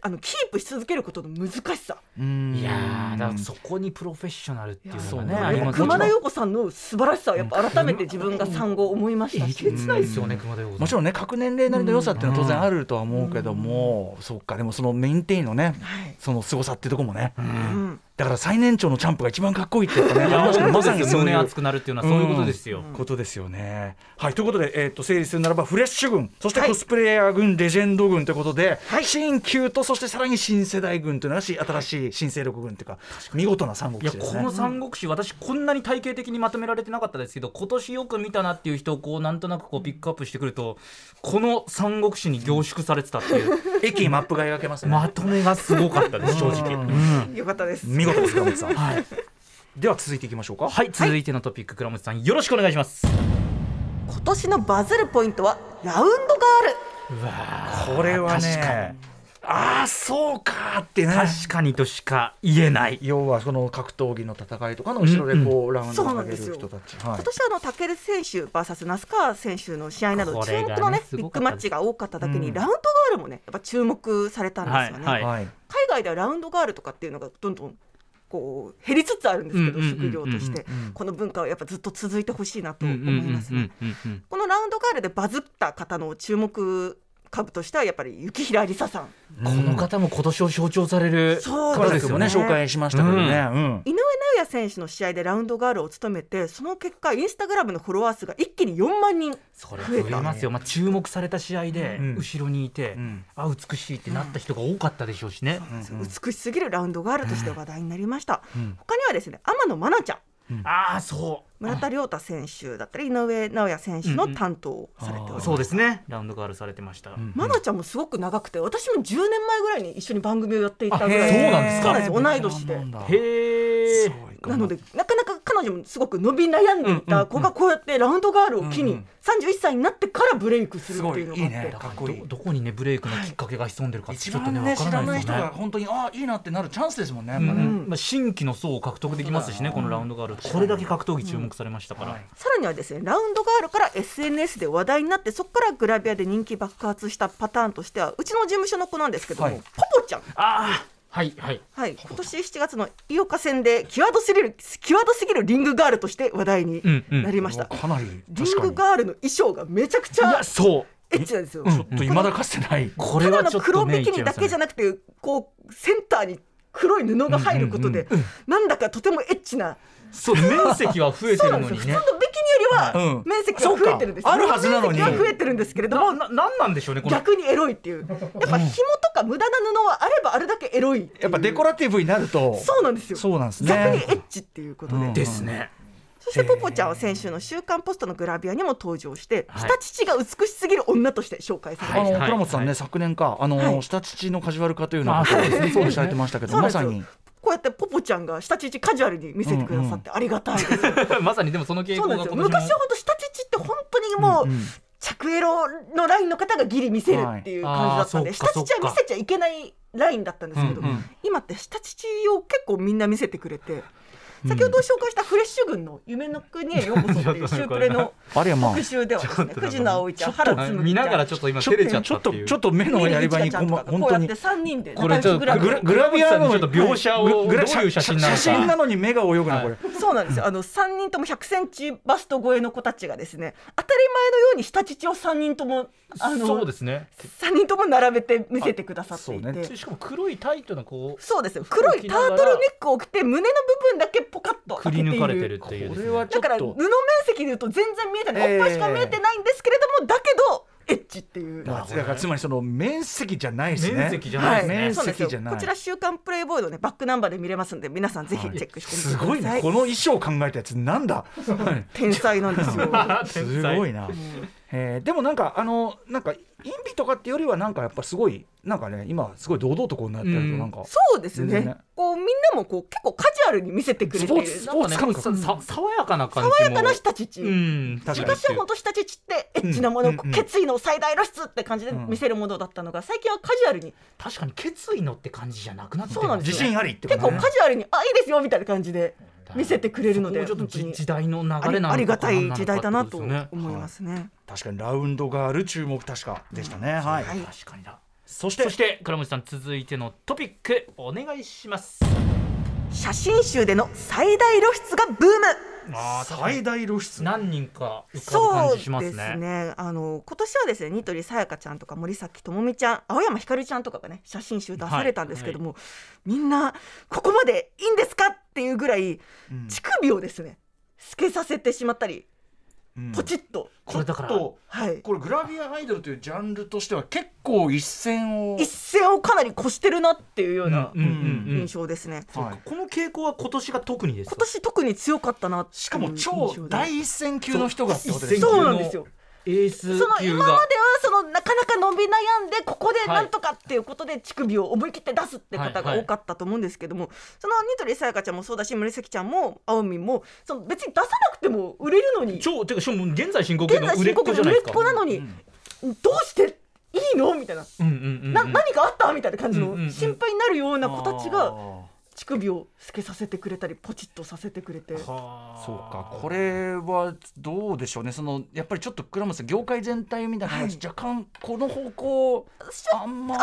[SPEAKER 4] あのキープし続けることの難しさ、
[SPEAKER 2] うん
[SPEAKER 3] いやーだからそこにプロフェッショナルっていうのがね
[SPEAKER 2] いや
[SPEAKER 3] ありますよ
[SPEAKER 4] 熊田
[SPEAKER 3] ね
[SPEAKER 4] 曜子さんの素晴らしさをやっぱ改めて自分が産後思いました
[SPEAKER 3] え
[SPEAKER 4] し
[SPEAKER 3] げ。つないですよね熊田曜子さ
[SPEAKER 2] もちろんね各年齢なりの良さっていうのは当然あるとは思うけども、そっかでもそのメインテインのね、その凄さっていうとこもね、
[SPEAKER 4] うん
[SPEAKER 2] だから最年長のチャンプが一番かっこいいってやっぱね
[SPEAKER 3] いや
[SPEAKER 2] ありましたね
[SPEAKER 3] ま
[SPEAKER 2] ま
[SPEAKER 3] さ
[SPEAKER 2] さ
[SPEAKER 3] に
[SPEAKER 2] にそうい
[SPEAKER 3] 胸
[SPEAKER 2] う
[SPEAKER 3] 熱くなるっていうのはそういうことですよ、
[SPEAKER 2] ことですよね。はいということで、えー、と整理するならばフレッシュ軍そしてコスプレイヤー軍、レジェンド軍ということで、新旧とそしてさらに新世代軍というのがし新しい新勢力軍というか見事な三
[SPEAKER 3] い
[SPEAKER 2] 国
[SPEAKER 3] や
[SPEAKER 2] 志です
[SPEAKER 3] こ
[SPEAKER 2] ね。
[SPEAKER 3] の三国志、私、こんなに体系的にまとめられてなかったですけど、今年よく見たなっていう人をこうなんとなくこうピックアップしてくると、この三国志に凝縮されてたっていう、
[SPEAKER 2] 駅にマップが描けますね。
[SPEAKER 3] まとめがすごかったです、正直。
[SPEAKER 4] よかったです
[SPEAKER 2] 見事です倉本さん。はい、では続いていきましょうか。
[SPEAKER 3] はい、続いてのトピック、倉持さん、よろしくお願いします。
[SPEAKER 4] 今年のバズるポイントはラウンドガール
[SPEAKER 2] これはねああそうかーってね
[SPEAKER 3] 確かにとしか言えない。
[SPEAKER 2] 要はその格闘技の戦いとかの後ろでこうラウンド
[SPEAKER 4] そう
[SPEAKER 2] を
[SPEAKER 4] な
[SPEAKER 2] か
[SPEAKER 4] ん
[SPEAKER 2] け
[SPEAKER 4] で
[SPEAKER 2] る
[SPEAKER 4] すよ
[SPEAKER 2] 人たち、は
[SPEAKER 4] 今年はあの武尊選手 VS 那須川選手の試合など
[SPEAKER 3] こ
[SPEAKER 4] 注
[SPEAKER 3] れがね
[SPEAKER 4] 目のね
[SPEAKER 3] す
[SPEAKER 4] ビッ
[SPEAKER 3] ごか
[SPEAKER 4] グ
[SPEAKER 3] った
[SPEAKER 4] マ
[SPEAKER 3] です
[SPEAKER 4] ッチが多かっただけに、
[SPEAKER 2] うん
[SPEAKER 4] ラウンドガールもねやっぱ注目されたんですよね、
[SPEAKER 3] はいい
[SPEAKER 2] はい、
[SPEAKER 4] 海外ではラウンドガールとかっていうのがどんどんこう減りつつあるんですけど、
[SPEAKER 3] うんうんうんうんうん
[SPEAKER 4] 職業として、この文化はやっぱずっと続いてほしいなと思いますね、このラウンドガールでバズった方の注目株としてはやっぱり雪平梨沙さん
[SPEAKER 3] この方も今年を象徴される
[SPEAKER 4] そう
[SPEAKER 2] カ
[SPEAKER 4] で
[SPEAKER 2] ラ
[SPEAKER 4] す
[SPEAKER 2] ス
[SPEAKER 4] よ
[SPEAKER 2] 君もね紹介しましたけどね、うん
[SPEAKER 4] 井上尚弥選手の試合でラウンドガールを務めてその結果インスタグラムのフォロワー数が一気に4万人
[SPEAKER 3] それ増えますよ、まあ、注目された試合で
[SPEAKER 2] うん
[SPEAKER 3] 後ろにいて、
[SPEAKER 2] ん
[SPEAKER 3] あ美しいってなった人が多かったでしょうしね、
[SPEAKER 4] 美しすぎるラウンドガールとして話題になりました、他にはですね天野真奈ちゃん
[SPEAKER 3] ああそ
[SPEAKER 4] 村田亮太選手だったり井上尚弥選手の担当をされておりま
[SPEAKER 3] う
[SPEAKER 4] す、
[SPEAKER 3] そうですねラウンドガールされてました、
[SPEAKER 4] マナちゃんもすごく長くて私も10年前ぐらいに一緒に番組をやっていたぐらい
[SPEAKER 3] あへーそうなんですか
[SPEAKER 4] そうなんです同い年で
[SPEAKER 2] そうなんだ
[SPEAKER 3] へえ
[SPEAKER 4] なのでなかなか彼女もすごく伸び悩んでいた子がこうやってラウンドガールを機
[SPEAKER 6] うん
[SPEAKER 4] に
[SPEAKER 6] うん
[SPEAKER 4] 31歳になってからブレイクするっていうのがあって
[SPEAKER 6] すごいいいねかっこいい
[SPEAKER 3] どどこにねブレイクのきっかけが潜んでるかって
[SPEAKER 2] 一
[SPEAKER 3] ちょっと
[SPEAKER 2] 番
[SPEAKER 3] ね
[SPEAKER 2] ね
[SPEAKER 3] わ
[SPEAKER 2] 知
[SPEAKER 3] かららな
[SPEAKER 2] ないい
[SPEAKER 3] です
[SPEAKER 2] 人
[SPEAKER 3] よね
[SPEAKER 2] が。本当にああいいなってなるチャンスですもんねやっ
[SPEAKER 3] うん
[SPEAKER 2] ぱね
[SPEAKER 3] まあ、新規の層を獲得できますしねこのラウンドガールこれだけ格闘技注目されましたから、
[SPEAKER 4] さらにはですねラウンドガールから SNS で話題になってそこからグラビアで人気爆発したパターンとしてはうちの事務所の子なんですけども、
[SPEAKER 2] はい
[SPEAKER 4] ポポちゃん、
[SPEAKER 3] ああはいはい
[SPEAKER 4] はい、今年7月の井岡戦で際どすぎる際どすぎるリングガールとして話題に
[SPEAKER 3] うんうん
[SPEAKER 4] なりました、
[SPEAKER 2] かなり
[SPEAKER 4] リ
[SPEAKER 2] 確
[SPEAKER 4] ン
[SPEAKER 2] か
[SPEAKER 4] グ
[SPEAKER 2] に
[SPEAKER 4] ガールの衣装がめちゃくち
[SPEAKER 3] い
[SPEAKER 4] ゃ
[SPEAKER 3] やそう
[SPEAKER 4] エッチなんですよ。
[SPEAKER 2] ちょっと未だかつてない
[SPEAKER 3] これ
[SPEAKER 4] ただ
[SPEAKER 3] は
[SPEAKER 4] の
[SPEAKER 3] ちょっ
[SPEAKER 4] 黒
[SPEAKER 3] とね
[SPEAKER 4] ビキニだけじゃなくてこうセンターに黒い布が入ることで、なんだかとてもエッチな
[SPEAKER 3] そう面積は増えて
[SPEAKER 4] そうな
[SPEAKER 3] る
[SPEAKER 4] んで
[SPEAKER 3] の
[SPEAKER 4] すよ普
[SPEAKER 3] に
[SPEAKER 4] 通の
[SPEAKER 3] ね
[SPEAKER 4] ビキニ
[SPEAKER 2] う
[SPEAKER 4] よりは
[SPEAKER 2] ん
[SPEAKER 4] 面積が増えてるんですよ
[SPEAKER 2] そうかあるはずなのに
[SPEAKER 4] 面積は増えてるんですけれども
[SPEAKER 3] なななんなんでしょうねこの
[SPEAKER 4] 逆にエロいっていうやっぱ紐とか無駄な布はあればあるだけエロいっていう
[SPEAKER 2] やっぱデコラティブになると
[SPEAKER 4] そうなんですよ
[SPEAKER 2] そうなんですね
[SPEAKER 4] 逆にエッチっていうことで、
[SPEAKER 2] うん
[SPEAKER 3] ですね
[SPEAKER 4] そしてポポちゃんは先週の「週刊ポスト」のグラビアにも登場して、
[SPEAKER 3] はい
[SPEAKER 4] 下乳が美しすぎる女として紹介されました、
[SPEAKER 2] あの
[SPEAKER 3] はい
[SPEAKER 2] 倉本さん
[SPEAKER 3] は
[SPEAKER 2] ね
[SPEAKER 3] い
[SPEAKER 2] 昨年かあの下乳のカジュアル化というのを
[SPEAKER 3] あそうですね
[SPEAKER 2] そうでされてましたけど
[SPEAKER 4] そう
[SPEAKER 2] ま
[SPEAKER 4] なんです
[SPEAKER 2] さ
[SPEAKER 4] よ
[SPEAKER 2] に
[SPEAKER 4] こうやってポポちゃんが下乳カジュアルに見せてくださってありがたいです、
[SPEAKER 3] まさにでもその傾
[SPEAKER 4] そ
[SPEAKER 3] 向
[SPEAKER 4] うな
[SPEAKER 3] が
[SPEAKER 4] んで
[SPEAKER 3] 今年
[SPEAKER 4] すよ
[SPEAKER 3] も
[SPEAKER 4] 昔は本当下乳って本当にもう、
[SPEAKER 2] うん
[SPEAKER 4] 着エロのラインの方がギリ見せるっていう感じだったんで、
[SPEAKER 3] はいあー
[SPEAKER 4] 下乳は見せちゃいけないラインだったんですけど、
[SPEAKER 3] うんうん
[SPEAKER 4] 今って下乳を結構みんな見せてくれて先ほど紹介したフレッシュ軍の「夢の国へようこそ」っていうシュープレの
[SPEAKER 2] あれはまあ
[SPEAKER 4] 特集ではですね藤野葵ちゃん原つむ
[SPEAKER 3] 見
[SPEAKER 4] ぎちゃ
[SPEAKER 3] ながら
[SPEAKER 4] ん
[SPEAKER 3] ちょっと今
[SPEAKER 2] ちょ
[SPEAKER 3] 照れちゃっ
[SPEAKER 2] ちょ
[SPEAKER 3] た
[SPEAKER 2] っと
[SPEAKER 3] っていう
[SPEAKER 2] ちょっと目のやり場にこま
[SPEAKER 4] こ
[SPEAKER 2] 本
[SPEAKER 4] うや
[SPEAKER 2] 当
[SPEAKER 4] っ
[SPEAKER 2] に
[SPEAKER 4] て3人で
[SPEAKER 3] これちょっと
[SPEAKER 4] 仲良く
[SPEAKER 2] グ
[SPEAKER 4] グラ
[SPEAKER 2] ラ
[SPEAKER 4] ビ
[SPEAKER 2] グラビアの
[SPEAKER 3] ちょっと描写をどう
[SPEAKER 2] グラ
[SPEAKER 3] いう写真なのか
[SPEAKER 2] 写真なのに目が泳ぐなこれ
[SPEAKER 4] アそうなんですよあの3人とも100センチバスト超えの子たちがですね当たり前のように下乳を3人ともあ
[SPEAKER 3] そう
[SPEAKER 4] の
[SPEAKER 3] ですね
[SPEAKER 4] 三人とも並べて見せてくださってい
[SPEAKER 2] あそうね
[SPEAKER 4] て。
[SPEAKER 3] しかも黒いタイトなこう
[SPEAKER 4] そうですよ黒いタートルネックを着て胸の部分だけポカッと
[SPEAKER 3] く
[SPEAKER 4] 開
[SPEAKER 3] り
[SPEAKER 4] け
[SPEAKER 3] 抜
[SPEAKER 4] ている
[SPEAKER 3] かれてるっていうですね
[SPEAKER 2] これはちょ
[SPEAKER 4] だ
[SPEAKER 2] っ
[SPEAKER 4] から布
[SPEAKER 2] と
[SPEAKER 4] 面積でいうと全然見えてない、
[SPEAKER 2] ええ
[SPEAKER 4] おっぱいしか見えてないんですけれどもだけどエッチっていう。
[SPEAKER 2] だからつまりその面積じゃないですね
[SPEAKER 3] 面積じゃ
[SPEAKER 4] は
[SPEAKER 3] ない
[SPEAKER 4] い、
[SPEAKER 3] で
[SPEAKER 2] 面
[SPEAKER 4] そうなんで
[SPEAKER 2] 積
[SPEAKER 4] すよ
[SPEAKER 2] じゃない
[SPEAKER 4] こちら週刊プレイボーイのねバックナンバーで見れますんで皆さんぜひチェックしてみ
[SPEAKER 2] す
[SPEAKER 4] てください。
[SPEAKER 2] ごいねこの衣装考えたやつなんだ
[SPEAKER 4] 天才なんですよ。
[SPEAKER 3] す
[SPEAKER 2] す
[SPEAKER 3] ね
[SPEAKER 2] ごいな、えーでもなんかあのなんか陰美とかってよりはなんかやっぱすごいなんかね今すごい堂々とこうなってると
[SPEAKER 3] うん
[SPEAKER 2] なんか、
[SPEAKER 4] そうです
[SPEAKER 2] 全然
[SPEAKER 4] ね
[SPEAKER 2] ね。
[SPEAKER 4] こうみんなもこう結構カジュアルに見せてくれ
[SPEAKER 2] ス
[SPEAKER 4] て
[SPEAKER 2] ポ
[SPEAKER 4] い
[SPEAKER 2] ー
[SPEAKER 4] る
[SPEAKER 2] ツス
[SPEAKER 4] 爽
[SPEAKER 2] ポーツ感覚
[SPEAKER 3] ささ爽やかな感じも
[SPEAKER 4] やかな下乳。
[SPEAKER 3] うん確かに
[SPEAKER 4] 昔は本当下乳ってエッチなもの、
[SPEAKER 2] うんうんうん
[SPEAKER 4] 決意の最大露出って感じで見せるものだったのが最近はカジュアルに
[SPEAKER 3] 確かに決意のって感じじゃなくなって
[SPEAKER 4] そうなんです
[SPEAKER 2] 自
[SPEAKER 4] よ
[SPEAKER 2] 信ありってこ
[SPEAKER 4] 結
[SPEAKER 2] と
[SPEAKER 4] 構
[SPEAKER 2] ね
[SPEAKER 4] カジュアルに「あいいですよ」みたいな感じで見せてくれるので
[SPEAKER 3] もうちょっと
[SPEAKER 4] 本当に
[SPEAKER 3] じ時代の流れなの
[SPEAKER 4] あり
[SPEAKER 3] か
[SPEAKER 4] ありがた
[SPEAKER 3] 何
[SPEAKER 4] い
[SPEAKER 3] のか
[SPEAKER 4] 時代だなと
[SPEAKER 3] ってことですよね
[SPEAKER 4] 思いますね。
[SPEAKER 2] 確かにラウンドガール注目確かでしたね、はい、
[SPEAKER 4] はい
[SPEAKER 3] 確かにだ
[SPEAKER 2] そして
[SPEAKER 3] そして倉持さん続いてのトピックお願いします
[SPEAKER 4] 写真集での最大露出がブーム
[SPEAKER 3] あー
[SPEAKER 2] 最大露出
[SPEAKER 3] 何人か浮かぶ
[SPEAKER 4] そ
[SPEAKER 3] 感
[SPEAKER 4] う
[SPEAKER 3] じしま
[SPEAKER 4] ですす
[SPEAKER 3] ね
[SPEAKER 4] ねあの今年はですねニトリさやかちゃんとか森崎智美ちゃん青山ひかるちゃんとかがね写真集出されたんですけども、みんなここまでいいんですかっていうぐらい
[SPEAKER 2] うん
[SPEAKER 4] 乳首をですね透けさせてしまったり
[SPEAKER 2] うん
[SPEAKER 4] ポチッと、
[SPEAKER 3] これだから
[SPEAKER 2] ちょっ
[SPEAKER 4] はい
[SPEAKER 2] と、これグラビアアイドルというジャンルとしては結構一線を
[SPEAKER 4] 一線をかなり越してるなっていうような
[SPEAKER 3] うんうんうん
[SPEAKER 4] 印象ですね。
[SPEAKER 2] はい
[SPEAKER 3] この傾向は今年が特にですか
[SPEAKER 4] 今年特に強かったなっていう
[SPEAKER 2] しかも超
[SPEAKER 4] 印象で
[SPEAKER 2] 第一線級の人がってこと
[SPEAKER 3] 一
[SPEAKER 2] で
[SPEAKER 3] 線
[SPEAKER 2] すね
[SPEAKER 3] 級
[SPEAKER 4] そうなんですよ
[SPEAKER 3] エース級
[SPEAKER 4] そ
[SPEAKER 3] が
[SPEAKER 4] の今まではそのなかなか伸び悩んでここでなんとかっていうことで乳首を思い切って出すって方が多かったと思うんですけども、そのニトリさやかちゃんもそうだし森崎ちゃんもあおみんもその別に出さなくても売れるのに現
[SPEAKER 3] 超てかしかも現在進行形の
[SPEAKER 4] 在
[SPEAKER 3] 売れ
[SPEAKER 4] 深
[SPEAKER 3] っ子
[SPEAKER 4] 刻
[SPEAKER 3] じゃ
[SPEAKER 4] で売
[SPEAKER 3] ないで
[SPEAKER 4] れっ
[SPEAKER 3] すか
[SPEAKER 4] 子なのに、どうしていいのみたいな,、
[SPEAKER 3] うんうんうん
[SPEAKER 4] な
[SPEAKER 3] うん
[SPEAKER 4] 何かあったみたいな感じ
[SPEAKER 3] うん
[SPEAKER 4] の
[SPEAKER 3] うんうん
[SPEAKER 4] 心配になるような子たち
[SPEAKER 2] あ
[SPEAKER 4] が
[SPEAKER 2] ー
[SPEAKER 4] 乳首を透けさせてくれたりポチッとさせてくれて。
[SPEAKER 3] はあ
[SPEAKER 2] そうかこれはどうでしょうねそのやっぱりちょっと倉本さん業界全体みたいな感じ、若干この方向あんま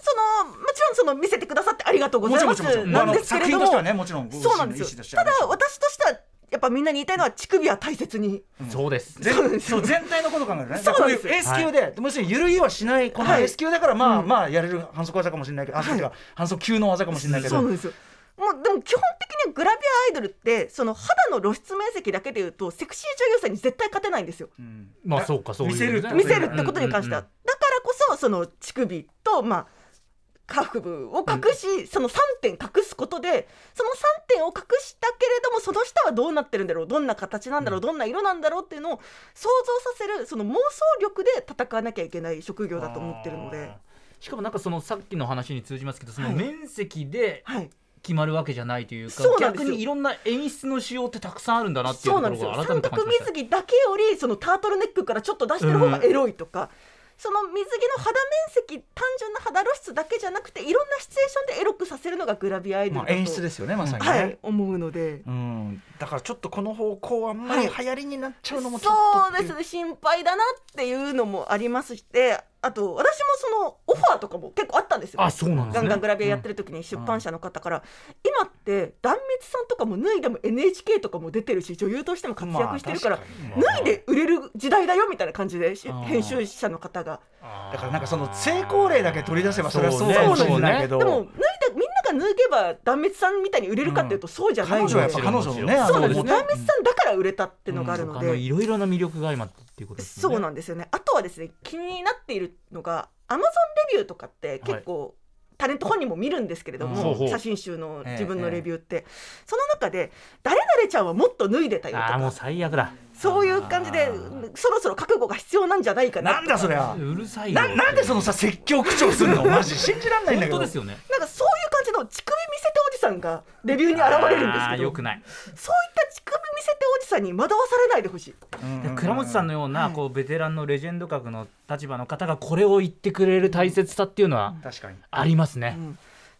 [SPEAKER 4] そのもちろんその見せてくださってありがとうご
[SPEAKER 2] も
[SPEAKER 4] ざ
[SPEAKER 2] ち
[SPEAKER 4] い
[SPEAKER 2] ろん
[SPEAKER 4] ま
[SPEAKER 2] もち
[SPEAKER 4] す
[SPEAKER 2] ろんもちろんあの作品と
[SPEAKER 4] なんですけれども
[SPEAKER 2] してはねもちろんご自
[SPEAKER 4] そうな
[SPEAKER 2] 身の
[SPEAKER 4] ん
[SPEAKER 2] 意
[SPEAKER 4] で
[SPEAKER 2] 思と
[SPEAKER 4] すよ
[SPEAKER 2] してはあ
[SPEAKER 4] た
[SPEAKER 2] れ
[SPEAKER 4] だ
[SPEAKER 2] ですけど
[SPEAKER 4] 私としてはやっぱみんなに言いたいのは乳首は大切に
[SPEAKER 3] そうです
[SPEAKER 2] 全そう全体のこと考えるね。
[SPEAKER 4] そうなんですよ
[SPEAKER 2] だからこういう S 級で、もちろん緩いはしないこの
[SPEAKER 4] はい
[SPEAKER 2] S 級だからまあ、まあやれる反則技かもしれないけど、あそうか反則級の技かもしれないけ
[SPEAKER 4] そ
[SPEAKER 2] ど
[SPEAKER 4] うな。んですよもうでも基本的にグラビアアイドルってその肌の露出面積だけでいうとセクシー女優さんに絶対勝てないんですよ
[SPEAKER 2] うん
[SPEAKER 3] まあそうかそういう
[SPEAKER 2] 見せるってこと
[SPEAKER 4] 見せるってことに関しては、
[SPEAKER 3] うん
[SPEAKER 4] だからこそその乳首とまあ下腹部を隠し、その3点隠すことでその3点を隠したけれどもその下はどうなってるんだろうどんな形なんだろう、どんな色なんだろうっていうのを想像させるその妄想力で戦わなきゃいけない職業だと思ってるので
[SPEAKER 3] あーしかもなんかそのさっきの話に通じますけどその
[SPEAKER 4] はい
[SPEAKER 3] 面積で
[SPEAKER 4] はい
[SPEAKER 3] 決まるわけじゃないというか
[SPEAKER 4] そうなんです
[SPEAKER 3] 逆
[SPEAKER 4] よ
[SPEAKER 3] にいろんな演出の仕様ってたくさんあるんだなっていう
[SPEAKER 4] そう
[SPEAKER 3] とこ
[SPEAKER 4] なん
[SPEAKER 3] ろ
[SPEAKER 4] ですよ
[SPEAKER 3] が改め
[SPEAKER 4] 三
[SPEAKER 3] て感じ
[SPEAKER 4] 角
[SPEAKER 3] ました
[SPEAKER 4] 水着だけよりそのタートルネックからちょっと出してる方がエロいとか、その水着の肌面積単純な肌露出だけじゃなくていろんなシチュエーションでエロくさせるのがグラビアアイド
[SPEAKER 2] ま
[SPEAKER 4] ルだ
[SPEAKER 2] あ、
[SPEAKER 4] と、
[SPEAKER 2] 演出ですよねまさにね、
[SPEAKER 4] はい思うので。
[SPEAKER 2] うん、だからちょっとこの方向はあんまり流
[SPEAKER 4] は
[SPEAKER 2] 行りになっちゃうのもちょっと
[SPEAKER 4] そう
[SPEAKER 2] ってい
[SPEAKER 4] ですね心配だなっていうのもありますしであと私もそのオファーとかも結構あったんですよ。
[SPEAKER 3] あそうなんで
[SPEAKER 4] ガ
[SPEAKER 3] す
[SPEAKER 4] ンガン
[SPEAKER 3] ね
[SPEAKER 4] グラビアやってる時に出版社の方から、今って壇蜜さんとかも脱いでも NHK とかも出てるし女優としても活躍してるから、
[SPEAKER 2] まあ確かにね
[SPEAKER 4] 脱いで売れる時代だよみたいな感じでし
[SPEAKER 2] うん
[SPEAKER 4] 編集者の方が
[SPEAKER 2] だからなんかその成功例だけ取り出せばそれはそう
[SPEAKER 3] そうね
[SPEAKER 2] かもしれないけ
[SPEAKER 4] で
[SPEAKER 2] ど、
[SPEAKER 4] も脱いだみんなが脱げば壇蜜さんみたいに売れるかっていうと、そうじゃな
[SPEAKER 2] 彼
[SPEAKER 4] いので
[SPEAKER 2] 女はやっぱ彼女のねあ
[SPEAKER 4] そう
[SPEAKER 2] の
[SPEAKER 4] なんです
[SPEAKER 2] ね
[SPEAKER 4] 壇蜜さんだから売れたっていうのがあるの
[SPEAKER 3] あ
[SPEAKER 4] で、
[SPEAKER 3] のいろいろな魅力が今っていうことですよね
[SPEAKER 4] そうなんですよねあとはですね気になっているのがアマゾンレビューとかって結構、タレント本人も見るんですけれど
[SPEAKER 3] うんほ
[SPEAKER 4] も、
[SPEAKER 3] うほう
[SPEAKER 4] 写真集の
[SPEAKER 6] ええ
[SPEAKER 4] 自分のレビューって、その中で「誰々ちゃんはもっと脱いでたよ」と
[SPEAKER 3] ああもう
[SPEAKER 4] か
[SPEAKER 3] 最悪だ
[SPEAKER 4] そういう感じでそろそろ覚悟が必要なんじゃないかな
[SPEAKER 6] なんだそりゃ
[SPEAKER 3] うるさいよ
[SPEAKER 6] ななんでそのさ説教口調するのマジ信じらんないんだ
[SPEAKER 3] 本
[SPEAKER 6] けど
[SPEAKER 3] 当ですよね
[SPEAKER 4] なんかそういう感じの乳首見せておじさんがレビューに現れるんです
[SPEAKER 3] あ
[SPEAKER 4] け
[SPEAKER 3] ー
[SPEAKER 4] ど
[SPEAKER 3] よくない
[SPEAKER 4] そういった乳首見せておじさんに惑わされないでほしい。
[SPEAKER 6] うん
[SPEAKER 3] で倉持さんのようなこうベテランのレジェンド格の立場の方がこれを言ってくれる大切さっていうのは
[SPEAKER 6] 確かに
[SPEAKER 3] ありますね。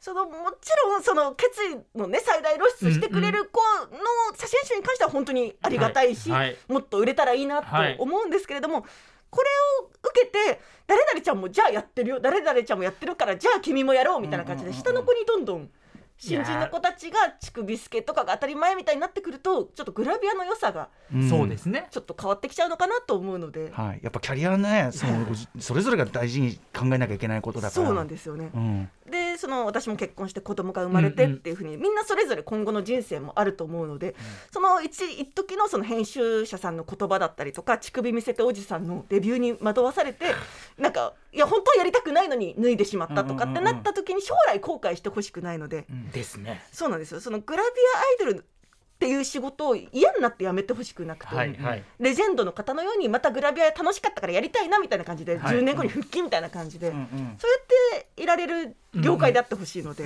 [SPEAKER 4] そのもちろんその決意のね最大露出してくれる子の写真集に関しては本当にありがたいし、
[SPEAKER 3] はいはい
[SPEAKER 4] もっと売れたらいいな
[SPEAKER 3] はい
[SPEAKER 4] と思うんですけれども、これを受けて誰々ちゃんもじゃあやってるよ誰々ちゃんもやってるからじゃあ君もやろうみたいな感じで下の子にどんどん新人の子たちが乳首透けとかが当たり前みたいになってくるとちょっとグラビアの良さが
[SPEAKER 2] ん
[SPEAKER 3] そうですね。
[SPEAKER 4] ちょっと変わってきちゃうのかなと思うので、
[SPEAKER 2] はい、やっぱキャリアはねそのそれぞれが大事に考えなきゃいけないことだから
[SPEAKER 4] そうなん
[SPEAKER 2] す、
[SPEAKER 4] ですよね。
[SPEAKER 2] うん
[SPEAKER 4] でその私も結婚して子供が生まれて
[SPEAKER 3] う
[SPEAKER 4] っ
[SPEAKER 3] んうん
[SPEAKER 4] ていうふうに、みんなそれぞれ今後の人生もあると思うので、その一一時のその編集者さんの言葉だったりとか乳首見せておじさんのレビューに惑わされてなんかいや本当はやりたくないのに脱いでしまったとかってなった時に将来後悔してほしくないので、
[SPEAKER 3] ですね。
[SPEAKER 4] そうなんですよそのグラビアアイドルっていう仕事を嫌になってやめてほしくなくて、
[SPEAKER 3] はいはい。
[SPEAKER 4] レジェンドの方のようにまたグラビア楽しかったからやりたいなみたいな感じで、
[SPEAKER 2] はい
[SPEAKER 4] 10年後に復帰みたいな感じで、
[SPEAKER 2] うんうん
[SPEAKER 4] そうやっていられる業界であってほしいので。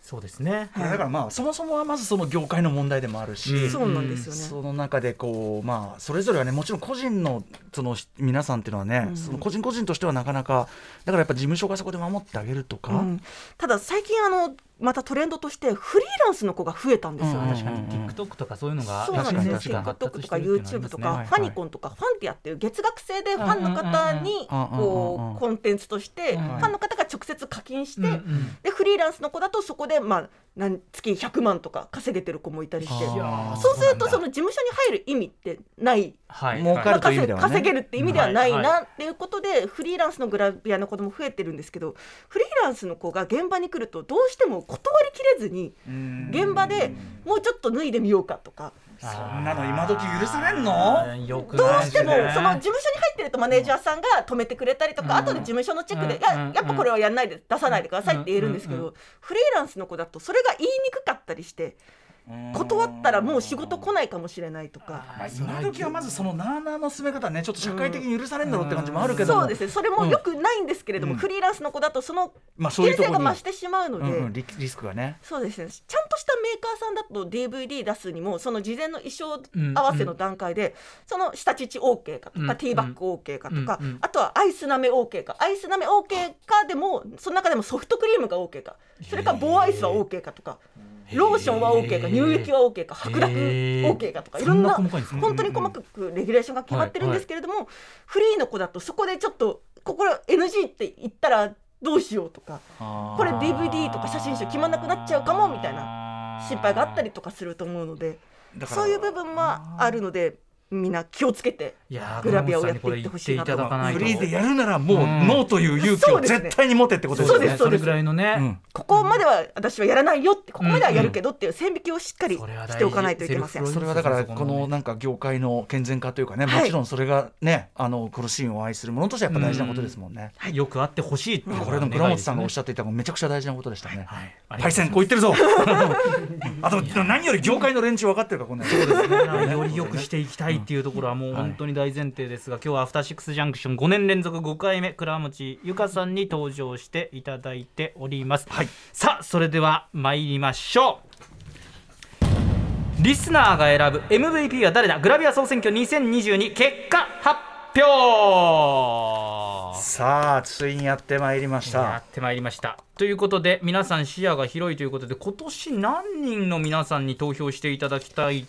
[SPEAKER 3] そうですね。
[SPEAKER 2] いやだからまあそもそもはまずその業界の問題でもあるし、
[SPEAKER 3] うん
[SPEAKER 4] そうなんですよね。
[SPEAKER 2] その中でこう、まあ、それぞれはねもちろん個人のそのし皆さんっていうのはね、
[SPEAKER 4] うん
[SPEAKER 2] その個人個人としてはなかなかだからやっぱ事務所がそこで守ってあげるとか、
[SPEAKER 4] うんただ最近あのまたトレンドとしてフリーランスの子が増えたんですよ。
[SPEAKER 2] うん
[SPEAKER 3] 確かに TikTok とかそういうのが
[SPEAKER 4] そうなんですよ。
[SPEAKER 2] 確か
[SPEAKER 3] 発
[SPEAKER 4] TikTok
[SPEAKER 3] 達
[SPEAKER 4] と
[SPEAKER 3] し
[SPEAKER 4] か
[SPEAKER 3] てるっていうの
[SPEAKER 4] YouTube と
[SPEAKER 3] はあ
[SPEAKER 4] か
[SPEAKER 2] い
[SPEAKER 4] ファニコンとかファンティアっていう月額制でファンの方に
[SPEAKER 2] うんうんうんうんうんうん
[SPEAKER 4] こ
[SPEAKER 2] うん
[SPEAKER 4] うコンテンツとして
[SPEAKER 3] う
[SPEAKER 4] フ
[SPEAKER 3] んうん
[SPEAKER 4] ァンの方が直接課金し
[SPEAKER 3] りますね
[SPEAKER 4] てでフリーランスの子だとそこでまあなん月100万とか稼げてる子もいたりして
[SPEAKER 2] あー
[SPEAKER 3] やー
[SPEAKER 4] そうすると
[SPEAKER 3] そ
[SPEAKER 4] そうの事務所に入る意味ってない
[SPEAKER 3] はい。
[SPEAKER 2] 儲か
[SPEAKER 4] ま
[SPEAKER 2] る
[SPEAKER 4] あ、
[SPEAKER 2] という意味
[SPEAKER 4] 稼
[SPEAKER 2] ではね
[SPEAKER 4] 稼げるって意味ではない
[SPEAKER 3] うんはいは
[SPEAKER 4] なっていうことで、フリーランスのグラビアの子供増えてるんですけどフリーランスの子が現場に来るとどうしても断りきれずに現場でもうちょっと脱いでみようかとか
[SPEAKER 3] そ
[SPEAKER 6] そんなの今時許されんの？
[SPEAKER 3] よく
[SPEAKER 4] どう
[SPEAKER 3] ない
[SPEAKER 4] してもその
[SPEAKER 3] で
[SPEAKER 4] 事
[SPEAKER 3] すね
[SPEAKER 4] 務所に入ってるとマネージャーさんが止めてくれたりとか、
[SPEAKER 3] うん
[SPEAKER 4] 後で事務所のチェックで、
[SPEAKER 3] うん
[SPEAKER 4] いやや
[SPEAKER 3] う
[SPEAKER 4] っぱ
[SPEAKER 3] ん
[SPEAKER 4] これはやんないで出さないでくださいって言えるんですけど、
[SPEAKER 3] うんうん
[SPEAKER 4] フリーランスの子だとそれが言いにくかったりして断ったらもう仕事来ないかもしれないとか。
[SPEAKER 6] まあ今時はまずそのなあなあの進め方ねちょっと社会的に許されんだろうって感じもあるけども、
[SPEAKER 4] そうですねそれもよくないんですけれども、
[SPEAKER 2] うん
[SPEAKER 4] フリーランスの子だとその
[SPEAKER 2] まあそうい
[SPEAKER 4] 危
[SPEAKER 2] うと
[SPEAKER 4] 険性
[SPEAKER 2] こ
[SPEAKER 4] が
[SPEAKER 2] に
[SPEAKER 4] 増してしまうので。
[SPEAKER 2] うんうんリリスクがね。
[SPEAKER 4] そうですねちゃんとしたメーカーさんだと DVD 出すにもその事前の衣装
[SPEAKER 3] ん
[SPEAKER 4] 合わせの段階で、その下乳 OK かと
[SPEAKER 3] うん
[SPEAKER 4] か、ティーバッグ OK かとか、
[SPEAKER 3] うんうん
[SPEAKER 4] あとはアイスなめ OK かアイスなめ OK かでもその中でもソフトクリームが OK かそれから棒アイスは OK かとかローションは OK か
[SPEAKER 3] へー
[SPEAKER 4] 乳液は OK か白濁 OK かとかいろんな
[SPEAKER 3] そんな細かいんですね
[SPEAKER 4] 本当に細かくレギュレーションが決まってるんですけれども、フリーの子だとそこでちょっとここ NG って言ったらどうしようとか。
[SPEAKER 2] こ
[SPEAKER 4] これ DVD とか写真集決まんなくなっちゃうかもみたい
[SPEAKER 3] な
[SPEAKER 4] 心配があったりとかすると思うので
[SPEAKER 2] だから
[SPEAKER 4] そういう部分はあるのでみんな気をつけて
[SPEAKER 3] いやー
[SPEAKER 4] グラビアをやっていってほしいなと
[SPEAKER 3] グラビアさんにこれ言っ
[SPEAKER 2] フ
[SPEAKER 3] ていただかないと
[SPEAKER 2] リーでやるならもう
[SPEAKER 3] うん
[SPEAKER 2] ノーという勇気を絶対に持てってことです
[SPEAKER 4] そ
[SPEAKER 2] よ
[SPEAKER 4] うで
[SPEAKER 2] ね。
[SPEAKER 4] す
[SPEAKER 3] それぐらいのね、
[SPEAKER 2] うん
[SPEAKER 4] ここまでは私はやらないよってここまではやるけどっていう線引きをしっかり
[SPEAKER 3] それは大事
[SPEAKER 4] しておかないといけま
[SPEAKER 3] セ
[SPEAKER 4] せん。
[SPEAKER 3] ルフ
[SPEAKER 2] それはだからこのなんか業界の健全化というかね
[SPEAKER 4] はい
[SPEAKER 2] もちろんそれがねあのこのシーンを愛するものとしてやっぱ大事なことですもんね。
[SPEAKER 3] よくあってほしいっていうのが
[SPEAKER 2] これでも倉本さんがおっしゃ
[SPEAKER 3] ゃ
[SPEAKER 2] っていたのめちゃくちゃ大事なことでしたね。
[SPEAKER 3] はい
[SPEAKER 2] パイセンこう言ってる ぞ。あと何より業界の連中分かってるからこんな。
[SPEAKER 3] そうですねより良くしていきたいっっていうところはもう本当に大前提ですが、今日は「アフターシックスジャンクション」5年連続5回目倉持ゆかさんに登場していただいております、さあそれでは参りましょうリスナーが選ぶ MVP は誰だグラビア総選挙2022結果発表
[SPEAKER 2] さあついにやってまいりまし
[SPEAKER 3] や
[SPEAKER 2] た
[SPEAKER 3] ってまいりましたということで皆さん視野が広いということで今年何人の皆さんに投票していただきたい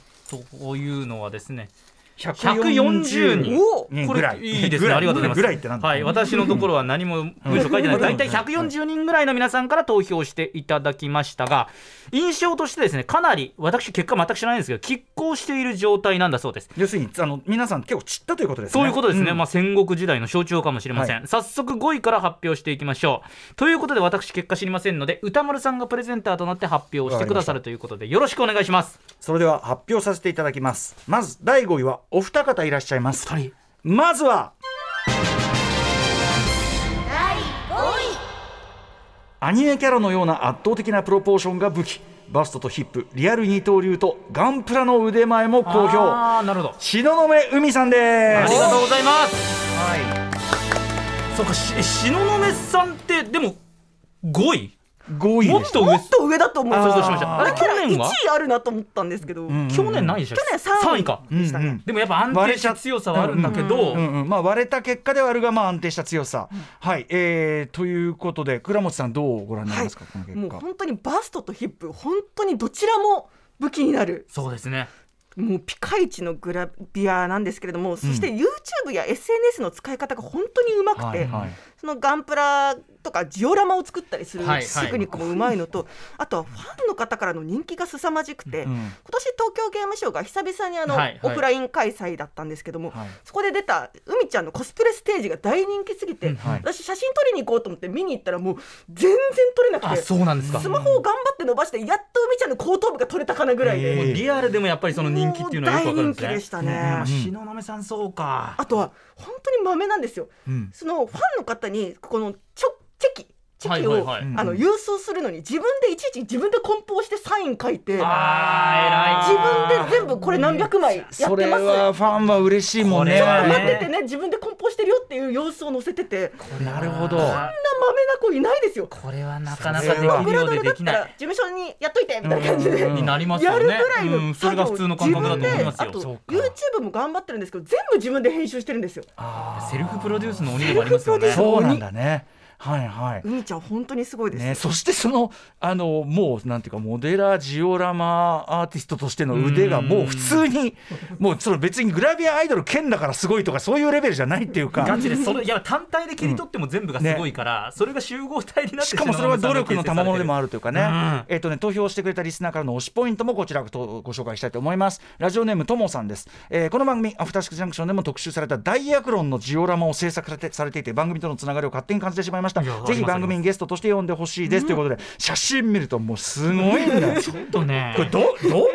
[SPEAKER 3] というのはですね140人
[SPEAKER 4] お
[SPEAKER 2] 人
[SPEAKER 3] こ
[SPEAKER 2] ぐら
[SPEAKER 3] れ
[SPEAKER 2] い
[SPEAKER 3] いいです
[SPEAKER 2] ぐ
[SPEAKER 3] ね
[SPEAKER 2] ら
[SPEAKER 3] ありがとうございます
[SPEAKER 2] ぐらいってなんだ
[SPEAKER 3] はい、私のところは何も文章書いてない大体140人ぐらいの皆さんから投票していただきましたが印象としてですねかなり私結果全く知らないんですけど拮抗している状態なんだそうです
[SPEAKER 2] 要するにあの皆さん結構散ったということですね
[SPEAKER 3] そういうことですね、
[SPEAKER 2] ん
[SPEAKER 3] まあ、戦国時代の象徴かもしれません、早速5位から発表していきましょうということで私結果知りませんので歌丸さんがプレゼンターとなって発表してくださるということでよろしくお願いします
[SPEAKER 2] それでは発表させていただきますまず第5位はお二方いらっしゃいます
[SPEAKER 3] 人
[SPEAKER 2] まずはアニメキャラのような圧倒的なプロポーションが武器バストとヒップリアル二刀流とガンプラの腕前も好評
[SPEAKER 3] ああなるほど
[SPEAKER 2] 東雲海さん
[SPEAKER 3] あ
[SPEAKER 2] で
[SPEAKER 3] り
[SPEAKER 2] す
[SPEAKER 3] がとうございますそうかし東雲さんってでも5位
[SPEAKER 2] 5位
[SPEAKER 3] もっ
[SPEAKER 2] でした
[SPEAKER 3] と上
[SPEAKER 4] もっと上だと思う
[SPEAKER 3] 想像しましたあれ
[SPEAKER 4] だから
[SPEAKER 3] 去年
[SPEAKER 4] 1
[SPEAKER 3] は
[SPEAKER 4] 位あるなと思ったんですけど、
[SPEAKER 2] ん
[SPEAKER 3] 去年何位でしたっけ
[SPEAKER 4] 去年三位
[SPEAKER 3] 三か
[SPEAKER 2] うんうん
[SPEAKER 4] したね
[SPEAKER 3] でもやっぱ安定した強さはあるんだけど、
[SPEAKER 2] うんうんまあ、割れた結果ではあるが、まあ、安定した強さ、はいえーということで倉持さんどうご覧になりますか、この
[SPEAKER 4] もう
[SPEAKER 2] 結果
[SPEAKER 4] 本当にバストとヒップ本当にどちらも武器になる
[SPEAKER 3] そうですね
[SPEAKER 4] もうピカイチのグラビアなんですけれども、そして YouTube や SNS の使い方が本当にうまくて、
[SPEAKER 2] はいはい
[SPEAKER 4] そのガンプラとかジオラマを作ったりする
[SPEAKER 3] はいはい
[SPEAKER 4] テクニックもうまいのと、あとはファンの方からの人気が凄まじくて、
[SPEAKER 2] うん
[SPEAKER 4] 今年東京ゲームショウが久々にあの、
[SPEAKER 3] はいはい
[SPEAKER 4] オフライン開催だったんですけども、
[SPEAKER 2] はい
[SPEAKER 4] そこで出た海ちゃんのコスプレステージが大人気すぎて、
[SPEAKER 2] はい
[SPEAKER 4] 私写真撮りに行こうと思って見に行ったらもう全然撮れなく
[SPEAKER 3] あ
[SPEAKER 4] て。
[SPEAKER 3] そうなんですか
[SPEAKER 4] スマホを頑張って伸ばしてやっと海ちゃんの後頭部が取れたかなぐらいで、
[SPEAKER 2] えー
[SPEAKER 3] リアルでもやっぱりその人気っていうのはよくわかるんですね
[SPEAKER 4] もう大人気でしたね
[SPEAKER 3] やっぱ東雲さんそうか
[SPEAKER 4] あとは本当にマメなんですよ、
[SPEAKER 2] うん
[SPEAKER 4] そのファンの方にこのちょチェキチェキを、
[SPEAKER 3] はいはいはい
[SPEAKER 4] あの郵送するのに自分でいちいち自分で梱包してサイン書いて
[SPEAKER 3] あ
[SPEAKER 4] 自
[SPEAKER 3] ー偉い
[SPEAKER 4] 分で全部これ何百枚やってます
[SPEAKER 2] それはファンは嬉しいもんね
[SPEAKER 3] これはね
[SPEAKER 4] 待っててね自分で梱包してるよっていう様子を載せててこんな
[SPEAKER 2] なるほど
[SPEAKER 3] あ
[SPEAKER 4] マメな子いないですよ
[SPEAKER 3] これはなかなか
[SPEAKER 2] それは
[SPEAKER 3] でき
[SPEAKER 4] グ
[SPEAKER 3] る
[SPEAKER 4] ラ
[SPEAKER 3] よう
[SPEAKER 4] ド
[SPEAKER 3] で
[SPEAKER 4] ルだ
[SPEAKER 3] で
[SPEAKER 4] っ
[SPEAKER 3] きな
[SPEAKER 4] たら
[SPEAKER 3] い
[SPEAKER 4] 事務所にやっといてみたいな感じで
[SPEAKER 2] うん
[SPEAKER 3] になります
[SPEAKER 4] や
[SPEAKER 3] よ
[SPEAKER 4] る
[SPEAKER 3] ね
[SPEAKER 4] ぐらい
[SPEAKER 3] うん
[SPEAKER 4] の
[SPEAKER 3] それ
[SPEAKER 4] 作業
[SPEAKER 3] が普通の感覚だと思います
[SPEAKER 4] 自
[SPEAKER 3] よ
[SPEAKER 4] 分であと YouTube も頑張ってるんですけど全部自分で編集してるんですよ
[SPEAKER 3] セルフプロデュースの鬼でもありますよね
[SPEAKER 4] セルフプ
[SPEAKER 2] そ
[SPEAKER 4] ロ
[SPEAKER 2] うなんだねはいはい
[SPEAKER 4] 海ちゃん本当にすごいです、
[SPEAKER 2] ね、そしてそのあのもうなんていうかモデラージオラマアーティストとしての腕がもう普通にもうその別にグラビアアイドル兼だからすごいとかそういうレベルじゃないっていう
[SPEAKER 3] ガ
[SPEAKER 2] か
[SPEAKER 3] チでそれいや単体で切り取っても全部がすごいから、それが集合体になって
[SPEAKER 2] しかもそれは努力の賜物でも
[SPEAKER 3] あ
[SPEAKER 2] あ
[SPEAKER 3] る
[SPEAKER 2] るというかね、えっ、とね投票してくれたリスナーからの推しポイントもこちらとご紹介したいと思いますラジオネームともさんです、えーこの番組「アフターシックスジャンクション」でも特集されたダイアクロンのジオラマを制作されてされていて番組とのつながりを勝手に感じてしまいました
[SPEAKER 3] いやあります
[SPEAKER 2] ぜひ番組にゲストとして呼んでほしいです、ということで写真見るともうすごいんだよ
[SPEAKER 3] ちょっとね
[SPEAKER 2] これどど